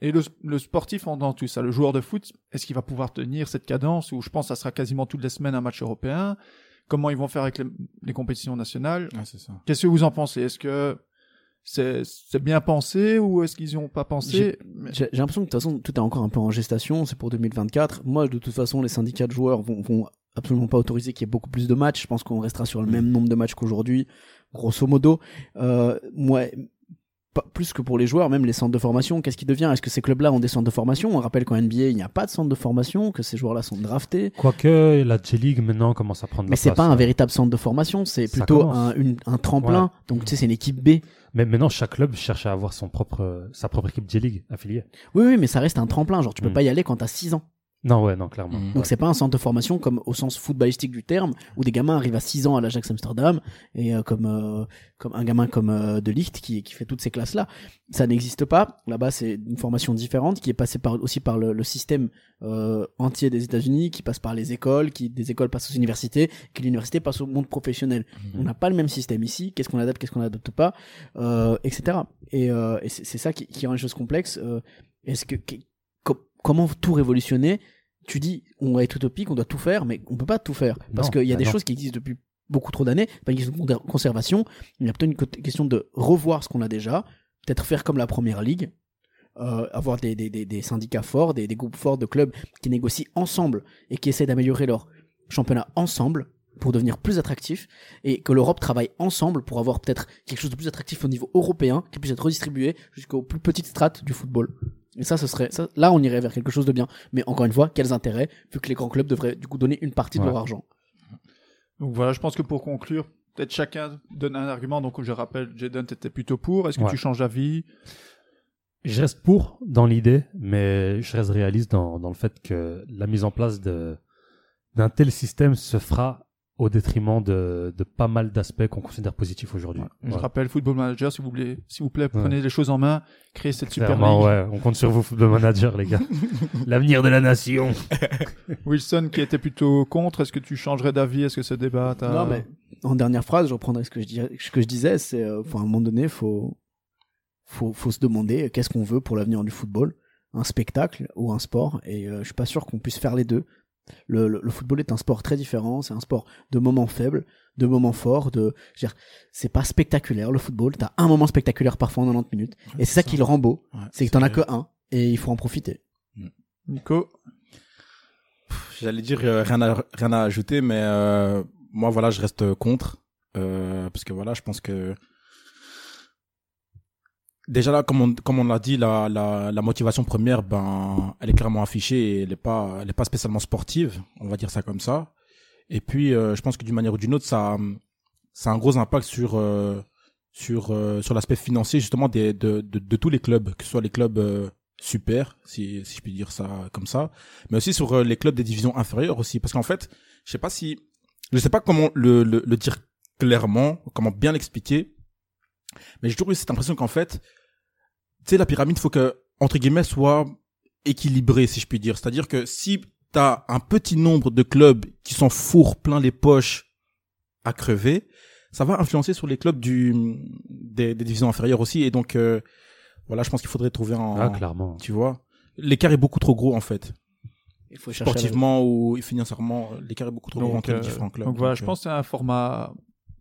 Et le, le sportif en dans tout ça. Le joueur de foot, est-ce qu'il va pouvoir tenir cette cadence où je pense que ça sera quasiment toutes les semaines un match européen? Comment ils vont faire avec les- les compétitions nationales? Ah, c'est ça. Qu'est-ce que vous en pensez Est-ce que c'est c'est bien pensé ou est-ce qu'ils n'y ont pas pensé Mais- J'ai j'ai l'impression que de toute façon, tout est encore un peu en gestation, c'est pour 2024. Moi, de toute façon, les syndicats de joueurs vont, vont absolument pas autoriser qu'il y ait beaucoup plus de matchs. Je pense qu'on restera sur le même nombre de matchs qu'aujourd'hui, grosso modo. Euh, moi, pas plus que pour les joueurs, même les centres de formation, qu'est-ce qui devient Est-ce que ces clubs-là ont des centres de formation On rappelle qu'en NBA, il n'y a pas de centre de formation, que ces joueurs-là sont draftés. Bah, Quoique la J-League maintenant commence à prendre Mais la c'est place. pas un véritable centre de formation, c'est Ça plutôt commence. un, une- un tremplin. Ouais. Donc tu sais, c'est une équipe B. Mais maintenant, chaque club cherche à avoir son propre, euh, sa propre équipe J-League affiliée. Oui, oui, mais ça reste un tremplin. Genre, tu peux Mm. pas y aller quand t'as 6 ans. Non, ouais, non, clairement. Mhm. Mm. Donc c'est pas un centre de formation comme au sens footballistique du terme où des gamins arrivent à 6 ans à l'Ajax Amsterdam et euh, comme euh, comme un gamin comme euh, de Ligt qui qui fait toutes ces classes là, ça n'existe pas. Là-bas c'est une formation différente qui est passée par aussi par le, le système euh, entier des États-Unis qui passe par les écoles, qui des écoles passent aux universités, qui l'université passe au monde professionnel. Mhm. On n'a pas le même système ici. Qu'est-ce qu'on adapte, qu'est-ce qu'on adapte pas, euh, etc. Et, euh, et c'est c'est ça qui, qui rend les choses complexes. Euh, Est-ce que que- co- comment tout révolutionner tu dis on va être utopique, on doit tout faire, mais on peut pas tout faire parce Non, qu'il y a bah des non. choses qui existent depuis beaucoup trop d'années, pas une question de conser- conservation, il y a peut-être une co- question de revoir ce qu'on a déjà, peut-être faire comme la première ligue, euh, avoir des, des, des, des syndicats forts, des, des groupes forts de clubs qui négocient ensemble et qui essaient d'améliorer leur championnat ensemble pour devenir plus attractif et que l'Europe travaille ensemble pour avoir peut-être quelque chose de plus attractif au niveau européen qui puisse être redistribué jusqu'aux plus petites strates du football. Et ça, ce serait, ça, là, on irait vers quelque chose de bien. Mais encore une fois, quels intérêts, vu que les grands clubs devraient du coup donner une partie de Ouais. leur argent. Donc voilà, je pense que pour conclure, peut-être chacun donne un argument. Donc je rappelle, Jaden, t'étais plutôt pour. Est-ce que Ouais. tu changes d'avis Je reste pour dans l'idée, mais je reste réaliste dans, dans le fait que la mise en place de d'un tel système se fera au détriment de, de pas mal d'aspects qu'on considère positifs aujourd'hui. Je Voilà. rappelle, Football Manager, s'il vous plaît, s'il vous plaît, prenez les choses en main, créez cette super Clairement, ligue. ouais, on compte sur vous, football manager, les gars. L'avenir de la nation. Wilson, qui était plutôt contre, est-ce que tu changerais d'avis Est-ce que ce débat t'a- Non, mais en dernière phrase, je reprendrai ce que je, dirais- ce que je disais, c'est euh, enfin, à un moment donné, faut faut, faut se demander euh, qu'est-ce qu'on veut pour l'avenir du football, un spectacle ou un sport, et euh, je suis pas sûr qu'on puisse faire les deux. Le, le- le football est un sport très différent, c'est un sport de moments faibles, de moments forts, de je veux dire, c'est pas spectaculaire le football, t'as un moment spectaculaire parfois en 90 minutes, et c'est ça qui le rend beau, Ouais, c'est que t'en as que un, et il faut en profiter. Nico, Pff, J'allais dire euh, rien à rien à ajouter, mais euh, moi voilà, je reste euh, contre euh, parce que voilà, je pense que déjà là, comme on comme on l'a dit, la, la la motivation première, ben elle est clairement affichée et elle est pas elle est pas spécialement sportive, on va dire ça comme ça. Et puis euh, je pense que d'une manière ou d'une autre, ça ça a un gros impact sur euh, sur euh, sur l'aspect financier justement des de, de de tous les clubs, que ce soit les clubs euh, super, si si je puis dire ça comme ça, mais aussi sur euh, les clubs des divisions inférieures aussi parce qu'en fait je sais pas si je sais pas comment le, le, le dire clairement comment bien l'expliquer mais j'ai toujours eu cette impression qu'en fait tu sais la pyramide faut que entre guillemets soit équilibrée si je puis dire c'est-à-dire que si t'as un petit nombre de clubs qui s'en fourrent plein les poches à crever ça va influencer sur les clubs du des, des divisions inférieures aussi et donc euh, voilà je pense qu'il faudrait trouver Oh. un Ah, clairement. tu vois l'écart est beaucoup trop gros en fait Il faut chercher la- sportivement ou financièrement, l'écart est beaucoup trop grand entre les euh, différents clubs. donc voilà, je euh, pense que c'est un format,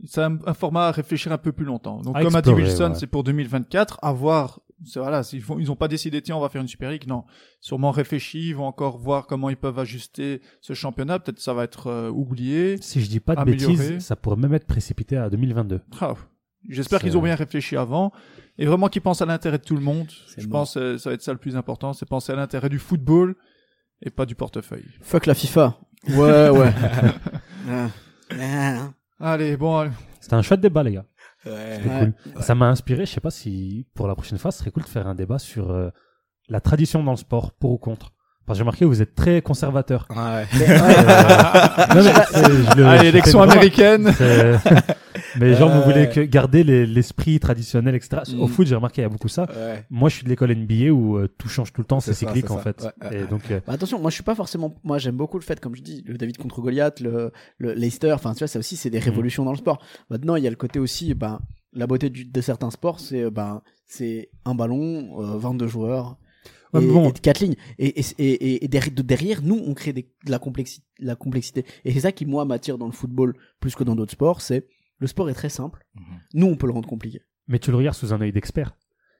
c'est un, un format à réfléchir un peu plus longtemps. Donc À comme a dit explorer, Wilson, ouais. c'est pour 2024, à voir. C'est voilà, s'ils font- ils ont pas décidé tiens on va faire une super league, non. Sûrement réfléchi, ils vont encore voir comment ils peuvent ajuster ce championnat. Peut-être ça va être euh, oublié. Si je dis pas de Améliorer. bêtises, ça pourrait même être précipité à 2022. Ah, J'espère C'est- qu'ils ont bien réfléchi avant et vraiment qu'ils pensent à l'intérêt de tout le monde. C'est Je mort. pense que ça va être ça le plus important, c'est penser à l'intérêt du football et pas du portefeuille. Fuck la FIFA. Ouais, ouais. Ah. Ah. Allez, bon, allez. C'était un chouette débat, les gars. ouais. Eh, C'était Ouais. cool. Ça m'a inspiré. Je sais pas si pour la prochaine fois, ce serait cool de faire un débat sur euh, la tradition dans le sport, pour ou contre. Parce que j'ai remarqué que vous êtes très conservateur. Ouais. Ah, Euh, non, mais c'est- je le- Allez, je élection fais vraiment- américaine. c'est- Mais genre, Euh, vous voulez que garder les- l'esprit traditionnel, etc. Au Mm. foot, j'ai remarqué, il y a beaucoup ça. Ouais. Moi, je suis de l'école NBA où euh, tout change tout le temps, c'est C'est ça, cyclique c'est en ça. fait. Ouais, ouais, Et donc, euh, Bah, attention, moi je suis pas forcément. Moi j'aime beaucoup le fait, comme je dis, le David contre Goliath, le, le Leicester. Enfin, tu vois, ça aussi c'est des Mm. révolutions dans le sport. Maintenant, il y a le côté aussi, ben, la beauté du, de certains sports, c'est ben, c'est un ballon, euh, 22 joueurs. Ouais, et, mais bon. et quatre lignes et, et, et, et derri- de derrière nous on crée des- de la complexité la complexité et c'est ça qui moi m'attire dans le football plus que dans d'autres sports c'est le sport est très simple Mm-hmm. nous on peut le rendre compliqué mais tu le regardes sous un œil d'expert.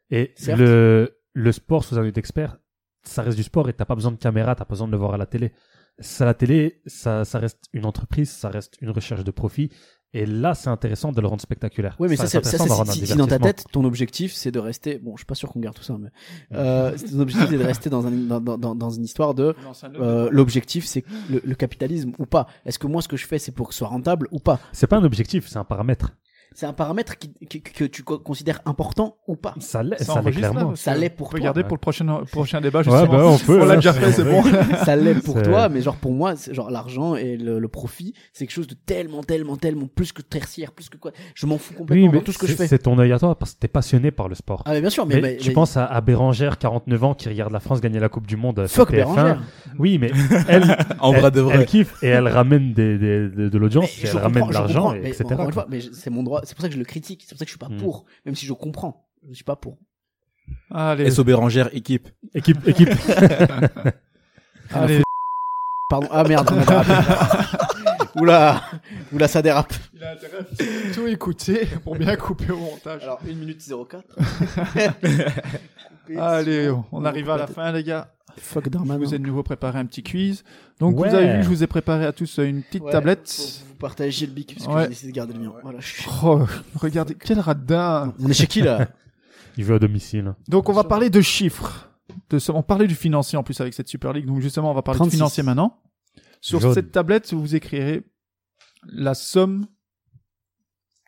Et Certes. le, le sport sous un œil d'expert, ça reste du sport et t'as pas besoin de caméra, t'as pas besoin de le voir à la télé. Ça, la télé, ça, ça reste une entreprise, ça reste une recherche de profit. Et là, c'est intéressant de le rendre spectaculaire. Oui, mais ça, reste c'est- ça, intéressant c'est- de rendre un si, si dans ta divertissement. tête, ton objectif, c'est de rester. Bon, je suis pas sûr qu'on garde tout ça, mais euh, c'est- ton objectif, c'est de rester dans, un- dans, dans- dans- dans une histoire de. euh, L'objectif, c'est le, le capitalisme ou pas. Est-ce que moi, ce que je fais, c'est pour que ce soit rentable ou pas C'est pas un objectif, c'est un paramètre. C'est un paramètre qui- qui- que tu co- considères important ou pas. Ça l'est, Ça ça l'est enregistre, là, clairement. parce Ça que l'est pour On peut toi. garder Ouais. pour le prochain, prochain débat, justement. Ouais, bah, on peut. on hein, l'a déjà fait, c'est bon. Ça l'est pour C'est- toi, mais genre pour moi, c'est genre l'argent et le, le profit, c'est quelque chose de tellement, tellement, tellement plus que tertiaire, plus que quoi. Je m'en fous complètement Oui, mais dans tout ce que je c'est- fais. c'est ton œil à toi parce que t'es passionné par le sport. Ah, mais bien sûr, mais, Mais mais- tu mais- penses à, à Bérangère, 49 ans, qui regarde la France gagner la Coupe du Monde euh, sur fuck TF1. Bérangère. Oui, mais elle, En elle, vrai de vrai. elle kiffe et elle ramène des, des- de, de l'audience, Mais je et elle ramène comprends, de je l'argent, comprends, et mais etc. encore une quoi. fois, mais je- c'est mon droit, c'est pour ça que je le critique, c'est pour ça que je suis pas Mm. pour, même si je comprends. Je suis pas pour. Allez, SO Bérangère, équipe. Équipe, équipe. allez. Pardon, ah merde, on a dérapé. Oula, oula, ça dérape. Il a intérêt à tout écouter pour bien couper au montage. Alors, 1 minute 04. Allez, on- on arrive à la fin, les gars. Fuck Je Darman. hein. vous ai de nouveau préparé un petit quiz. Donc, Ouais. vous avez vu, je vous ai préparé à tous euh, une petite tablette. Vous partagez le bic, parce que Ouais. j'ai décidé de garder le mien. Voilà, je suis- Oh, regardez, quel radin On est chez qui là Il joue à domicile. Donc, on va parler de chiffres. De ce- On parlait du financier en plus avec cette Super League. Donc, justement, on va parler 36. du financier maintenant. Sur Jaune. cette tablette, vous écrirez la somme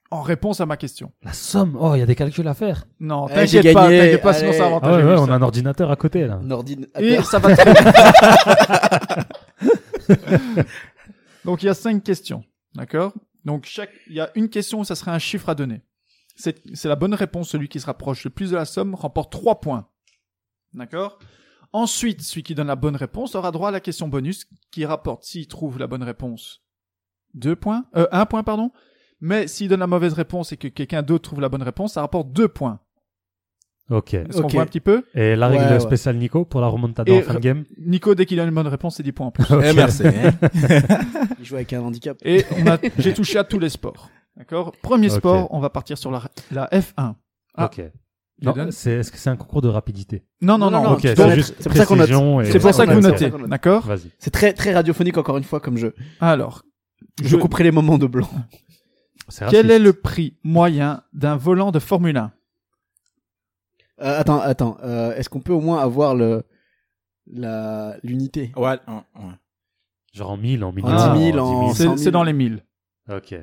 en réponse à ma question. La somme, oh, il y a des calculs à faire. Non, Eh, t'inquiète j'ai pas, gagné, t'inquiète pas, sinon allez. ça Ah ouais, avantage. ouais, on a un ordinateur à côté là. Nordine. Et- ça va très bien. Donc il y a cinq questions, d'accord Donc chaque, il y a une question où ça serait un chiffre à donner. C'est c'est la bonne réponse, celui qui se rapproche le plus de la somme remporte trois points, d'accord Ensuite, celui qui donne la bonne réponse aura droit à la question bonus qui rapporte s'il trouve la bonne réponse deux points, euh, un point pardon. Mais s'il donne la mauvaise réponse et que quelqu'un d'autre trouve la bonne réponse, ça rapporte deux points. Ok. Est-ce qu'on Ok. voit un petit peu Et la Ouais, règle ouais. spéciale Nico pour la remontada Et en fin de game. Nico, dès qu'il a une bonne réponse, c'est 10 points en plus. Eh, merci. hein. Il joue avec un handicap. Et on a- j'ai touché à tous les sports. D'accord Premier Ok. sport, on va partir sur la, la F1. Ah. Ok. Non, Jaden c'est, est-ce que c'est un concours de rapidité Non, non, non. Non, Ok, Ah, tu c'est dois juste mettre- c'est pour ça qu'on note. précision et- C'est pour ça que vous Ouais, notez. ouais, ouais. D'accord Vas-y. C'est très, très radiophonique encore une fois comme jeu. Alors, Je, je- couperai les moments de blanc. C'est quel raciste. est le prix moyen d'un volant de Formule 1 Euh, attends, attends. euh, Est-ce qu'on peut au moins avoir le la l'unité Ouais, ouais, ouais. Genre en 1000, en millions, Ah. 10 000, en- 10 C'est 100 000. c'est dans les 1000. 000. Ok.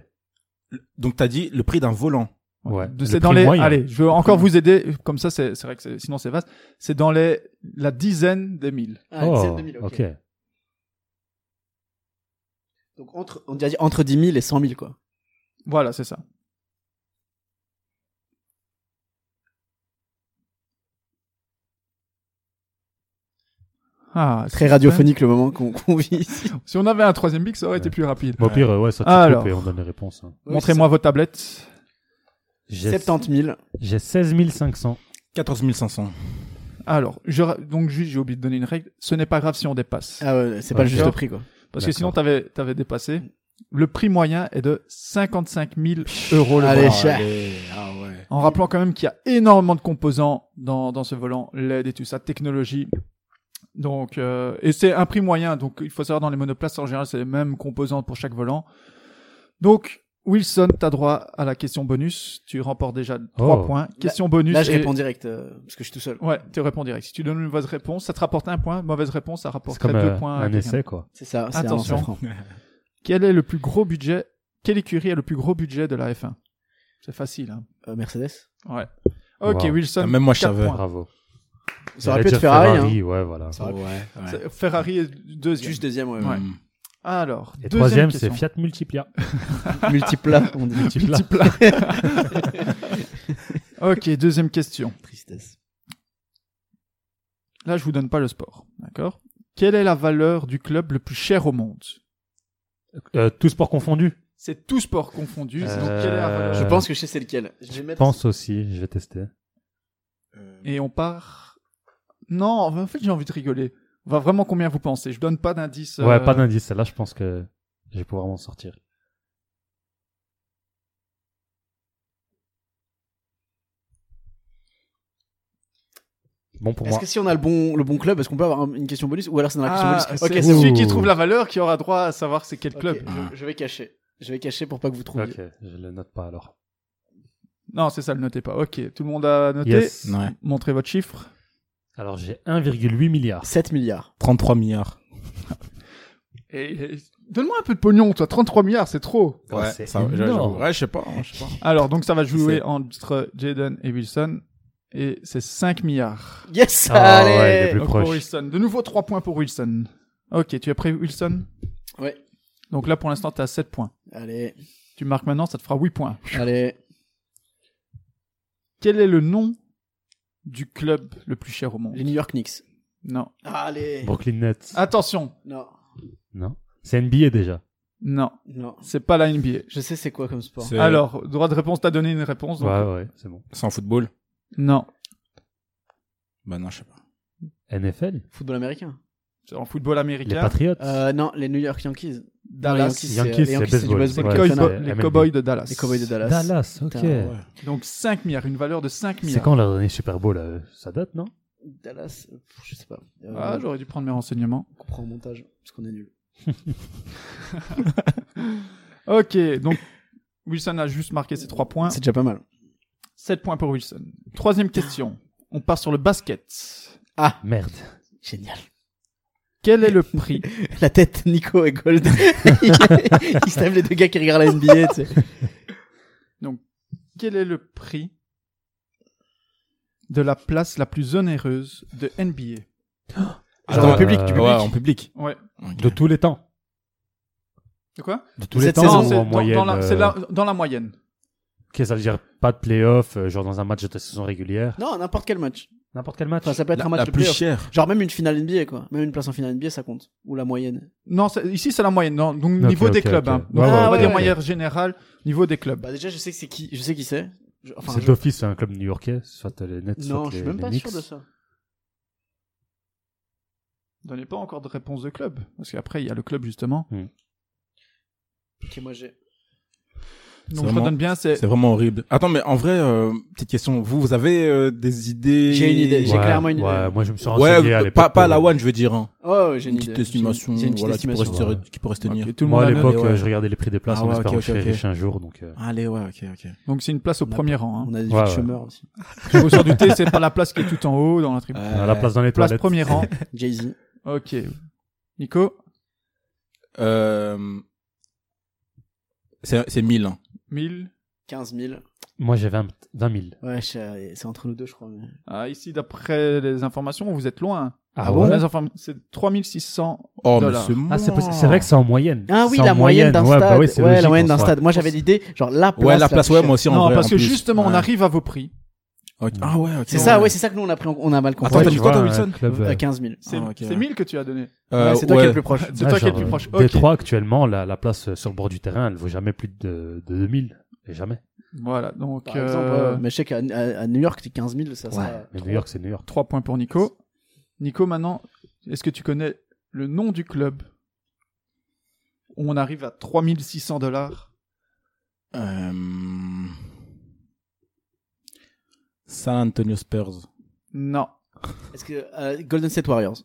Donc t'as dit le prix d'un volant. Ouais. De- Le C'est prix dans les. moyen. Allez, je veux encore vous aider. Comme ça, c'est c'est vrai que c'est- sinon c'est vaste. C'est dans les la dizaine des 1000. Ah, Oh, 17 000, ok. ok. Donc entre, on dirait dire entre 10 000 et 100 000 quoi. Voilà, c'est ça. Ah, Très radiophonique le moment qu'on qu'on vit ici. Si on avait un troisième bic, ça aurait été Ouais. plus rapide. Bon, au pire, euh, ouais, ça tu Ah, Alors. coupes et on donne les réponses. hein. Montrez-moi vos tablettes. J'ai, 70 000. j'ai 16 500. 14 500. Alors, je ra- donc juste, j'ai oublié de donner une règle. Ce n'est pas grave si on dépasse. Ah ouais, c'est pas le juste D'accord. prix quoi. parce que d'accord. sinon, t'avais, t'avais dépassé. Le prix moyen est de 55 000 euros le Allez, volant. cher. Ah ouais. En rappelant quand même qu'il y a énormément de composants dans, dans ce volant, LED et tout ça, technologie. Donc, euh, et c'est un prix moyen. Donc, il faut savoir dans les monoplaces, en général, c'est les mêmes composants pour chaque volant. Donc, Wilson, t'as droit à la question bonus. Tu remportes déjà trois Oh. points. Question bonus. Là je et- réponds direct euh, parce que je suis tout seul. Ouais, tu réponds direct. Si tu donnes une mauvaise réponse, ça te rapporte un point. Mauvaise réponse, ça C'est rapporte comme deux euh, points. à un quelqu'un. essai, quoi. C'est ça. c'est Attention. un franc. Quel est le plus gros budget Quelle écurie a le plus gros budget de la F1 C'est facile. Hein. Euh, Mercedes. Ouais. Ok, Wow. Wilson. Même moi, je quatre savais. points. Bravo. Ça aurait J'allais pu être dire Ferrari. hein. Ouais, voilà. Ça aurait pu- Ah. Ouais. C'est- Ferrari est deuxième. hmm, Juste deuxième. ouais, ouais. Ouais. Alors, Et deuxième troisième, c'est question. Fiat Multiplia. Multiplat, on dit. Multipla. Ok, deuxième question. Tristesse. Là, je vous donne pas le sport, d'accord Quelle est la valeur du club le plus cher au monde Euh, tout sport confondu. C'est tout sport confondu. c'est Donc, quelle est la valeur Je Euh, pense que je sais c'est lequel. Je vais Je mettre. pense aussi, je vais tester. Et on part. Non, en fait, j'ai envie de rigoler. On va vraiment combien vous pensez Je donne pas d'indice. euh, Ouais, pas d'indice, celle-là, je pense que je vais pouvoir m'en sortir. Bon pour Est-ce moi. que si on a le bon, le bon club, est-ce qu'on peut avoir un- une question bonus Ou alors c'est dans la question Ah, bonus c'est Ok, c'est bon. celui bon. qui trouve la valeur qui aura droit à savoir c'est quel Ok, club. je, je vais cacher. Je vais cacher pour pas que vous trouviez. Ah. Ok, je le note pas alors. Non, c'est ça, le notez pas. Ok, tout le monde a noté. Yes. Ouais. Montrez votre chiffre. Alors j'ai 1,8 milliard. 7 milliards. 33 milliards. Et, et- donne-moi un peu de pognon, toi. 33 milliards, c'est trop. Ouais, c'est ça, j'avoue. énorme. Ouais, je sais pas, hein, je sais pas. Alors, donc ça va jouer C'est- entre Jaden et Wilson. Et c'est 5 milliards. Yes Ah, Allez ouais, il est plus Donc, proche. pour Wilson. De nouveau 3 points pour Wilson. Ok, tu es prêt, Wilson Ouais. Donc là, pour l'instant, tu as 7 points. Allez, Tu marques maintenant, ça te fera 8 points. allez. Quel est le nom du club le plus cher au monde Les New York Knicks. Non. Allez Brooklyn Nets. Ah. Attention Non, Non. C'est NBA déjà. Non, non. c'est pas la NBA. Je sais c'est quoi comme sport. C'est- Alors, droit de réponse, t'as donné une réponse. donc- Ouais, ouais, c'est bon. C'est en football Non, Bah non, je sais pas. NFL Football américain. c'est en football Les américain. Patriots Euh, non, les New York Yankees. Dallas, les Yankees, les c'est Yankees, c'est du baseball. baseball. Ouais, Cowboys- c'est- Connard. euh, les MLB. Cowboys de Dallas. Les Cowboys de Dallas. Dallas, ok. Putain, Donc 5 milliards, une valeur de 5 C'est milliards. quand leur dernier Super Bowl euh, Ça date, non Dallas, euh, pff, je sais pas. Euh, Ah, j'aurais dû prendre mes renseignements. on comprend au montage, parce qu'on est nul. Ok, donc Wilson a juste marqué ses 3 points. C'est déjà pas mal. 7 points pour Wilson. Troisième question. On part sur le basket. Merde. Génial. Quel est le prix La tête, Nico et Gold. Ils se lèvent les deux gars qui regardent la NBA, tu sais. quel est le prix de la place la plus onéreuse de NBA Genre Attends, en public, euh, du Ouais, public. en public. Ouais. De tous les temps. De quoi De tous Cette les saison, temps ou en c'est dans, moyenne dans la, c'est euh, la- dans la moyenne. Ok, ça veut dire pas de playoff, euh, genre dans un match de saison régulière. Non, n'importe quel match. N'importe quel match. Enfin, ça peut être La, un match la de plus playoff. chère. Genre même une finale NBA, quoi. Même une place en finale NBA, ça compte. Ou la moyenne. Non, c'est- ici c'est la moyenne. non, donc Ok, niveau des ok, clubs. ok. hein. Donc, Ouais, on ouais, va ouais, dire ouais. moyenne générale, niveau des clubs. Bah déjà, je sais que c'est qui. Je sais qui c'est. Je- Enfin, c'est je- d'office c'est un club new-yorkais, soit les Nets, Non, je soit les, suis même les pas Knicks. sûr de ça. Donnez pas encore de réponse de club, parce qu'après il y a le club justement. Ok, moi j'ai. Donc je vraiment- redonne bien, c'est C'est vraiment horrible. Attends, mais en vrai, euh, petite question. Vous, vous avez euh, des idées J'ai une idée, j'ai Ouais, clairement une ouais, idée. moi je me suis renseigné Ah, à Ouais, l'époque. pas, pas à la euh, one, je veux dire. Hein. Oh, ouais, j'ai Une une petite idée. estimation, J'ai une petite voilà, qui pourrait, estimation. se, estimation. qui pourrait se tenir. Ok, tout le Moi à monde a l'époque, noté. ouais. euh, je regardais les prix des places Ah en ouais, ok, espérant que je ok, serais ok. riche un jour, donc euh, Allez, ouais, ok, ok. Donc c'est une place au premier rang. hein. On a des Ouais, ouais. chômeurs aussi. Je vous en doutez, c'est pas la place qui est tout en haut dans la tribune. on Euh, a la place Ah, dans les place toilettes. premier rang. Jay-Z. Ok. Nico, Euh, c'est c'est 1000. hein. 1000. 15 000. Moi j'ai 20, 20 000. Ouais, je- euh, c'est entre nous deux, je crois. mais- Ah, ici, d'après les informations, vous êtes loin. Ah, Bon, ouais les inform- C'est 3600 Oh, mais dollars. c'est moi. Ah, c'est possible, c'est vrai que c'est en moyenne. Ah oui, C'est en la moyenne d'un ouais, stade. bah oui, c'est ouais, logique, la moyenne en d'un soi. stade. Moi, j'avais l'idée, genre la place. Ouais, la place, plus ouais, chère. moi aussi, en Non, vrai. parce en que plus. justement, on Ouais. arrive à vos prix. Ok. Ah ouais, ok. C'est ça, ouais, c'est ça que nous on a pris, en- on a mal compris. Attends, Ouais, t'as tu dit quoi, vois, toi, un Wilson club, Euh, euh, 15 000. C'est Ah, ok, c'est ouais. 1000 que tu as donné. Euh, Ouais, c'est toi ouais. qui es le plus proche. C'est toi qui es le genre, plus euh, proche. Ok. Détroit, actuellement, la, la place euh, sur le bord du terrain, elle vaut jamais plus de, de 2000. Et jamais. Voilà, donc Par exemple, euh, euh, mais je sais qu'à à- à New York, t'es 15 000, ça sera. Mais New York, c'est New York. 3 points pour Nico. Nico, maintenant, est-ce que tu connais le nom du club où on arrive à 3600 dollars Euh, San Antonio Spurs. Non, Est-ce que euh, Golden State Warriors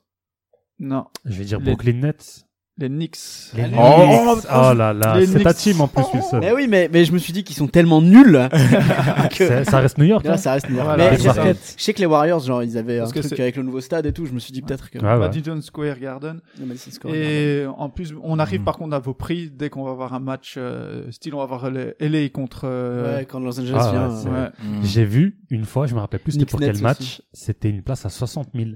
non. Je vais dire Les- Brooklyn Nets. Les Knicks. Les Knicks. Oh, Oh, là là, les c'est ta Knicks. team en plus, Wilson. Mais oui, mais, mais je me suis dit qu'ils sont tellement nuls oh, que C'est- Ça reste New York. là, hein ça reste New York. Voilà, mais c'est je ça. sais, je sais que les Warriors, genre, ils avaient Parce un que truc c'est- avec le nouveau stade et tout. Je me suis dit peut-être que. Ah Ouais, Ah ouais. Madison Square Garden. Non, mais c'est ce qu'on regarde. Et en plus, on Mm. arrive par contre à vos prix dès qu'on va avoir un match. euh, style, on va avoir les LA contre. euh, Ouais, quand Los Angeles Ah, vient. ouais, euh, c'est- ouais. Mm. J'ai vu une fois, je me rappelle plus c'était Knicks pour Nets quel match, aussi. c'était une place à 60 000.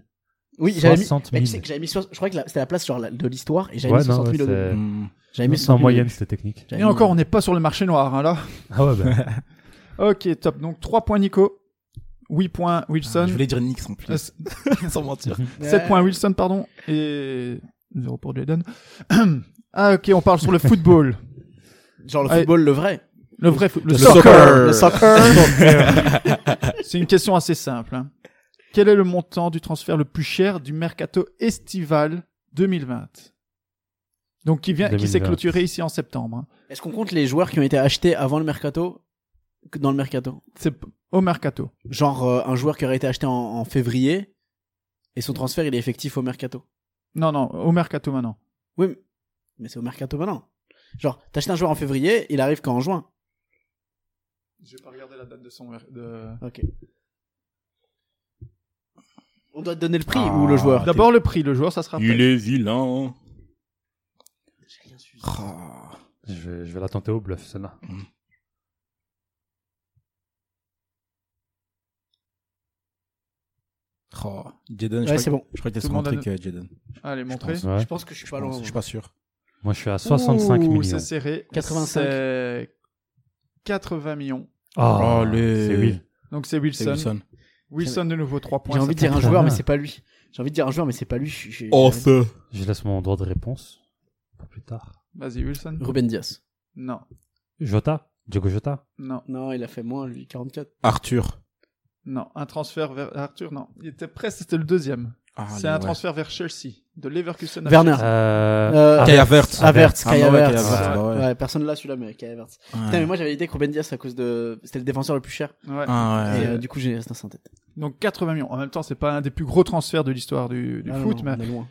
Oui, j'avais mis. 60 bah, 000. tu sais que j'avais mis soix- Je crois que la- c'était la place genre, la- de l'histoire et j'avais Ouais, mis non, 60 ouais, 000 au début. c'est- Hmm. J'avais mis c'est 60 en 000 moyenne, c'était technique. J'avais Et mis- encore, on n'est pas sur le marché noir, hein, là. Ah ouais, bah, Ok, top. Donc 3 points Nico, 8 points Wilson, Ah, Je voulais dire Nix en plus. euh, Sans mentir. Ouais. 7 points Wilson, pardon, et 0 pour Jaden. ah ok, on parle sur le football. Genre le Allez. football, le vrai. Le vrai foot- le Le soccer. soccer. Le soccer. C'est une question assez simple. hein. Quel est le montant du transfert le plus cher du mercato estival 2020 Donc qui vient, qui s'est 2020. clôturé ici en septembre. hein. Est-ce qu'on compte les joueurs qui ont été achetés avant le mercato que dans le mercato C'est p- au mercato. Genre euh, un joueur qui aurait été acheté en, en février et son transfert il est effectif au mercato. Non non, au mercato maintenant. Oui, mais- mais c'est au mercato maintenant. Genre t'achètes un joueur en février, il arrive qu'en juin. Je vais pas regarder la date de son. Ok. On doit te donner le prix Ah. ou le joueur. D'abord le prix, le joueur, ça sera. Il est vilain. Ah. je, vais, je vais la tenter au bluff, celle-là. Oh, Jaden, Ouais, je, c'est bon. crois que- je crois que t'es Tout le sur un monde a truc, euh, Jaden. Allez montrer. pense. Ouais. Je pense que je suis Je pas pense- loin. Je suis pas sûr. Moi, je suis à 65 Ouh, millions. C'est serré. 85. C'est 80 millions. Ah, Oh, le- c'est oui. Donc c'est Wilson. C'est Wilson. Wilson. de nouveau 3 points. J'ai envie de dire un Putain. joueur, mais c'est pas lui. J'ai envie de dire un joueur, mais c'est pas lui. Je- je- Oh, feu. Je laisse mon droit de réponse pour plus tard. Vas-y Wilson. Ruben Diaz. Non, Jota Diogo Jota non, Non, il a fait moins, lui, 44. Arthur. non. Un transfert vers Arthur, non. Il était presque, c'était le deuxième. Ah, c'est le- un ouais. transfert vers Chelsea. De Leverkusen à Werner. Chelsea. Euh, Euh... Kai Havertz. Havertz, Kai Ah, bah ouais, Havertz. Kai Havertz, bah ouais. Ouais, personne là, celui-là, mais Kai Havertz. Putain, mais moi j'avais l'idée que Ruben Diaz, à cause de. C'était le défenseur le plus cher. Ouais. Ah, ouais. Et euh, du coup, j'ai resté en tête. Donc 80 millions. En même temps, c'est pas un des plus gros transferts de l'histoire du, du Ah, foot, non, mais on est loin.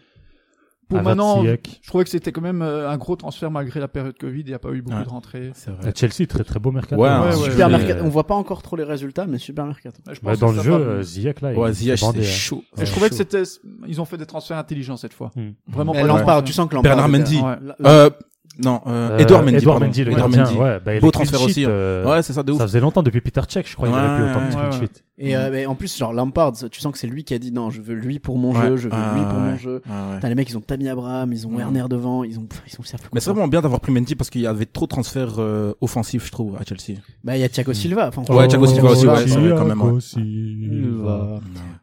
pour Havertz, maintenant, Ziyech. je trouvais que c'était quand même euh, un gros transfert malgré la période Covid. Il n'y a pas eu beaucoup Ouais. de rentrées. C'est Euh, vrai. Chelsea, très très beau mercato. Ouais, hein. ouais, ouais. Super Mais- mercato. On voit pas encore trop les résultats, mais super mercato. Ouais, je Bah, pense dans que le ça jeu, va- euh, Ziyech là, Ouais, il Ziyech, s'est bandé, c'était hein. chaud. Et je trouvais que c'était, ils ont fait des transferts intelligents cette fois. Hmm. Vraiment. Mais pas des Lampard, transferts- tu sens que Lampard. Bernard était- Mendy. Ouais. Là- là- Euh, non, euh, Euh, Edouard Mendy. Edouard pardon. Mendy, le Edouard gardien. Mendy. Ouais, bah, il Beau est transfert clean aussi, sheet, hein. euh, Ouais, c'est ça de ouf. Ça faisait longtemps depuis Peter Cech, je crois, il avait plus autant de Ouais, clean ouais. sheet. Et euh, mais en plus, genre Lampard, tu sens que c'est lui qui a dit non, je veux lui pour mon Ouais. jeu, je veux lui Ah, pour mon ouais. jeu. Ouais, ouais. Putain, les mecs, ils ont Tammy Abraham, ils ont Mm. Werner devant, ils ont. pff, Ils sont ils savent plus Mais quoi c'est faire. vraiment bien d'avoir pris Mendy parce qu'il y avait trop de transferts euh, offensifs, je trouve, à Chelsea. Bah, il y a Thiago Silva. Enfin, Ouais, Thiago Silva aussi, ouais, Thiago c'est vrai, quand même, ouais. Silva. Silva.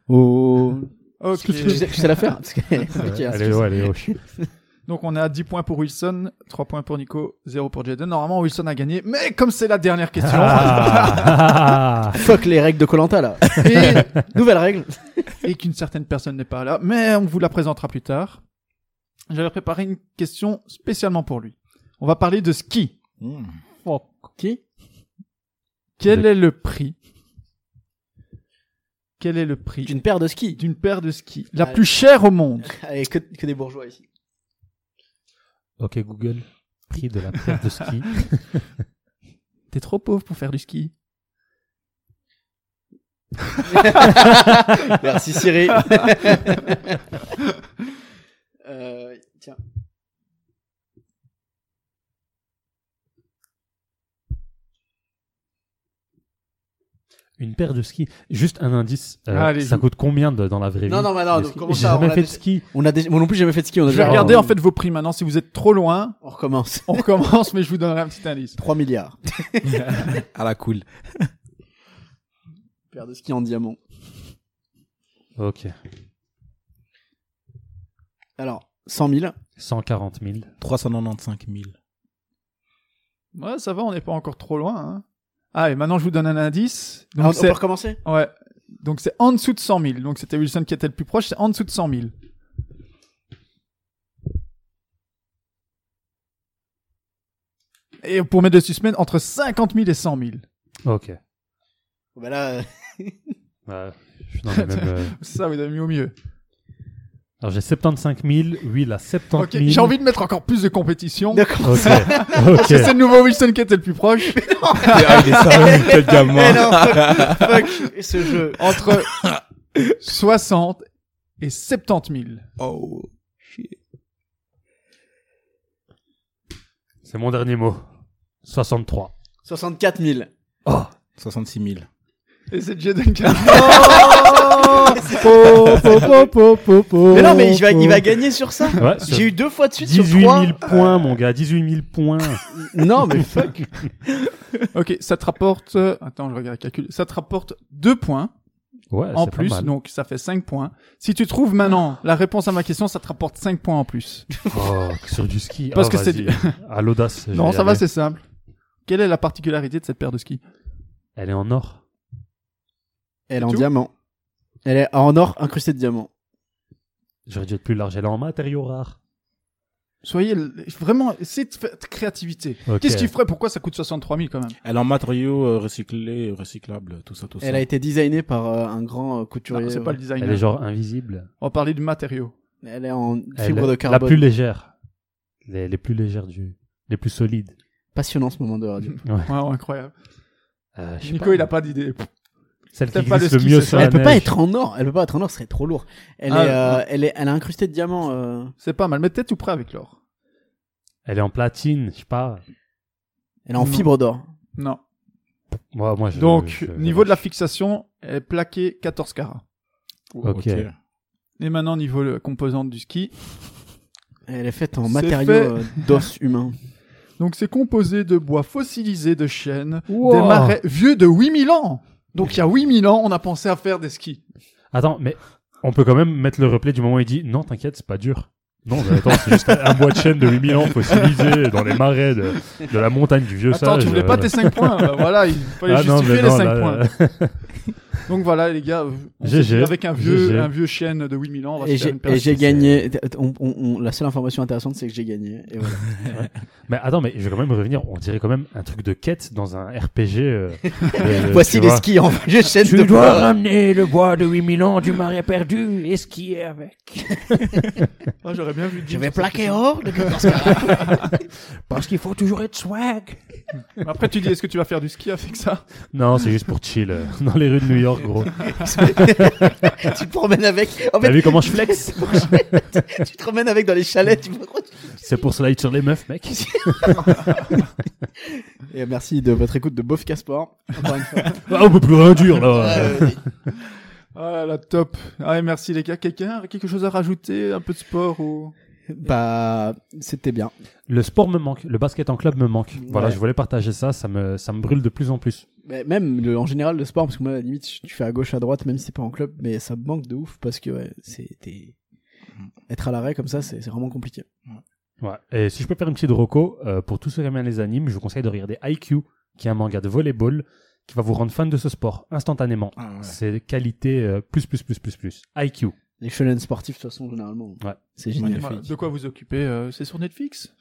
Oh. Ok. Tu sais, tu sais la faire Parce que elle est compliquée, hein, Elle ce est, que ouais, oh, elle est hoche. Donc on est à 10 points pour Wilson, 3 points pour Nico, 0 pour Jaden. Normalement Wilson a gagné, mais comme c'est la dernière question, Ah, c'est. Fuck les règles de Colanta là. Et nouvelle règle. et qu'une certaine personne n'est pas là, mais on vous la présentera plus tard, j'avais préparé une question spécialement pour lui. On va parler de ski. Hmm. Qui Quel est le prix Quel est le prix D'une paire de skis. d'une paire de skis la Ouais. plus chère au monde Allez, que, que des bourgeois ici. ok, Google. Prix de la paire de ski. T'es trop pauvre pour faire du ski. Merci Siri. euh, tiens. Une paire de ski. Juste un indice. euh, Ah, Allez, ça je- coûte combien de- dans la vraie vie Non, non, mais non, les donc skis comment J'ai ça, on jamais l'a fait de déjà- ski. On a déjà, moi non plus j'ai jamais fait de ski. On a Je vais déjà regarder on, en fait vos prix maintenant. Si vous êtes trop loin, On recommence. on recommence, mais je vous donnerai un petit indice. 3 milliards. À la cool. Paire de ski en diamant. Ok. Alors, 100 000. 140 000. 395 000. Ouais, ça va, on n'est pas encore trop loin. hein. Ah, et maintenant je vous donne un indice. Ah, on, Donc on peut c'est recommencer ouais, donc c'est en dessous de 100 000. Donc c'était Wilson qui était le plus proche, c'est en dessous de 100 000. Et pour mettre de suspense, entre 50 000 et 100 000. Ok. Oh, Bah là, euh, Ouais, je suis dans les mêmes, euh, Ça, vous avez mis au mieux. Alors j'ai 75 000. Lui, il a 70 Ok, 000. j'ai envie de mettre encore plus de compétition. d'accord. Ok. Parce que Ok. c'est le nouveau Wilson qui était le plus proche. ah, il est sérieux, quel gamin. Eh non, fuck, fuck ce jeu. Entre 60 et 70 000. Oh. C'est mon dernier mot. 63. 64 000. Oh. 66 000. Et c'est Jaden qui a- Mais non, mais il va, il va gagner sur ça. Ouais, sur J'ai eu deux fois de suite 18 sur 000 trois. points, mon gars, 18 000 points. Non, mais fuck. Ok, ça te rapporte. euh, Attends, je regarde le calcul. Ça te rapporte deux points Ouais, en Ah, c'est pas plus, mal. donc ça fait 5 points. Si tu trouves maintenant la réponse à ma question, ça te rapporte 5 points en plus. Oh, sur du ski. Parce Ah, que c'est vas-y. du- À l'audace. je non, vais y ça va, aller. c'est simple. Quelle est la particularité de cette paire de skis Elle est en or. Elle est en Tout diamant. Elle est en or incrustée de diamant. J'aurais dû être plus large. Elle est en matériaux rares. Soyez l- vraiment, essayez de faire de créativité. Ok. Qu'est-ce qu'il ferait Pourquoi ça coûte 63 000 quand même Elle est en matériaux euh, recyclés, recyclables, tout ça, tout Elle ça. a été designée par euh, un grand euh, couturier. Non, C'est pas le Elle est designer. genre invisible. On va parler du matériau. Elle est en Elle fibre est de La plus carbone. légère. Les, les plus légères du. Les plus solides. Passionnant ce moment de radio. Ouais, ouais, incroyable. Euh, je sais Nico, pas. il a pas d'idée. Celle qui T'aimes pas glisse le le, ski, mieux c'est sur ça la Elle peut pas neige. être en or. Elle peut pas être en or, ce serait trop lourd. Elle, Ah, est, euh, elle est, elle est incrustée de diamant. euh, C'est pas mal, mais peut-être tout près avec l'or. Elle est en platine, je sais pas. Elle est en Non. fibre d'or. Non. Moi, moi, je- Donc, je- niveau de la fixation, elle est plaquée 14 carats. Ok. Et maintenant, niveau euh, composante du ski. Elle est faite en C'est matériaux fait. euh, d'os humain. Donc, c'est composé de bois fossilisé, de chêne, des Wow. marais vieux de 8000 ans. Donc, il y a 8000 ans, on a pensé à faire des skis. Attends, mais on peut quand même mettre le replay du moment où il dit non, t'inquiète, c'est pas dur. Non, mais attends, c'est juste un bois de chêne de 8000 ans fossilisé dans les marais de, de la montagne du vieux Attends, sage. tu voulais pas euh, tes 5 points Bah Voilà, il fallait ah, non, justifier mais non, les 5 là, points. Donc voilà, les gars, on s'est GG. dit, avec un vieux, GG. un vieux chêne de 8000 ans, on va Et se faire j'ai une paire et de j'ai skis. gagné. on- on- on- la seule information intéressante, c'est que j'ai gagné. Et voilà. Mais attends, mais je vais quand même revenir. On dirait quand même un truc de quête dans un RPG. euh, euh, Voici tu les vois. skis en j'ai chaîne de bois. ramener le bois de 8000 ans du marais perdu et skier avec. Ah, J'aurais bien vu. Je dire vais cette plaquer question. or. de- Parce qu'il faut toujours être swag. Après, tu dis, est-ce que tu vas faire du ski avec ça Non, c'est juste pour chill euh, dans les rues de New York, gros. tu te promènes avec. En T'as fait, vu comment je flex tu te promènes avec dans les chalets. tu vois. C'est pour slide sur les meufs, mec. Et merci de votre écoute de Bof Caspar. Encore une fois. Ah, on peut plus rien dire là. Euh, Ah là là, top. Ah, et merci les gars. Quelqu'un a quelque chose à rajouter Un peu de sport ou bah, c'était bien. Le sport me manque, le basket en club me manque. Voilà, Ouais. je voulais partager ça. Ça me, ça me brûle de plus en plus. Mais même le- en général le sport, parce que moi, à la limite, tu fais à gauche, à droite, même si c'est pas en club, mais ça me manque de ouf parce que ouais, c'est t'es- Mm. être à l'arrêt comme ça, c'est c'est vraiment compliqué. Ouais. Et si je peux faire une petite reco, euh, pour tous ceux qui aiment les animes, je vous conseille de regarder IQ, qui est un manga de volleyball, qui va vous rendre fan de ce sport instantanément. Ah ouais. C'est qualité euh, plus, plus, plus, plus, plus. IQ. Les shonen sportifs, de toute façon, généralement, Ouais. c'est génial. Voilà, Bah, De quoi vous occuper euh, C'est sur Netflix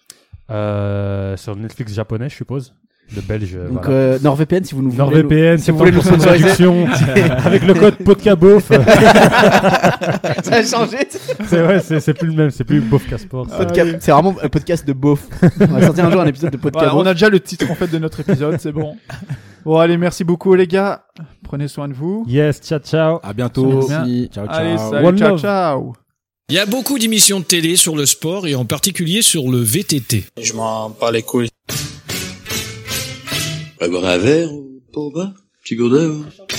Euh, sur Netflix japonais, je suppose. Le belge. euh, Donc voilà. euh, NordVPN, si vous nous voulez, NordVPN, si vous voulez nous 70% de sponsoriser, réduction avec le code PODCABOF. ça a changé. c'est ouais, c'est c'est plus le même, c'est plus BOFCASPORT. Podca- Ah, C'est vraiment un podcast de beauf. On va sortir un jour un épisode de podcast. Voilà, On a déjà le titre en fait de notre épisode, c'est bon. Bon, allez, merci beaucoup les gars. Prenez soin de vous. Yes, ciao, ciao. À bientôt. Merci. Ciao, ciao. Allez, salut, One ciao, love. ciao. Il y a beaucoup d'émissions de télé sur le sport et en particulier sur le VTT. Je m'en bats les couilles. Eh ben, un verre, ou pas, au bas, petit gourdin. hein.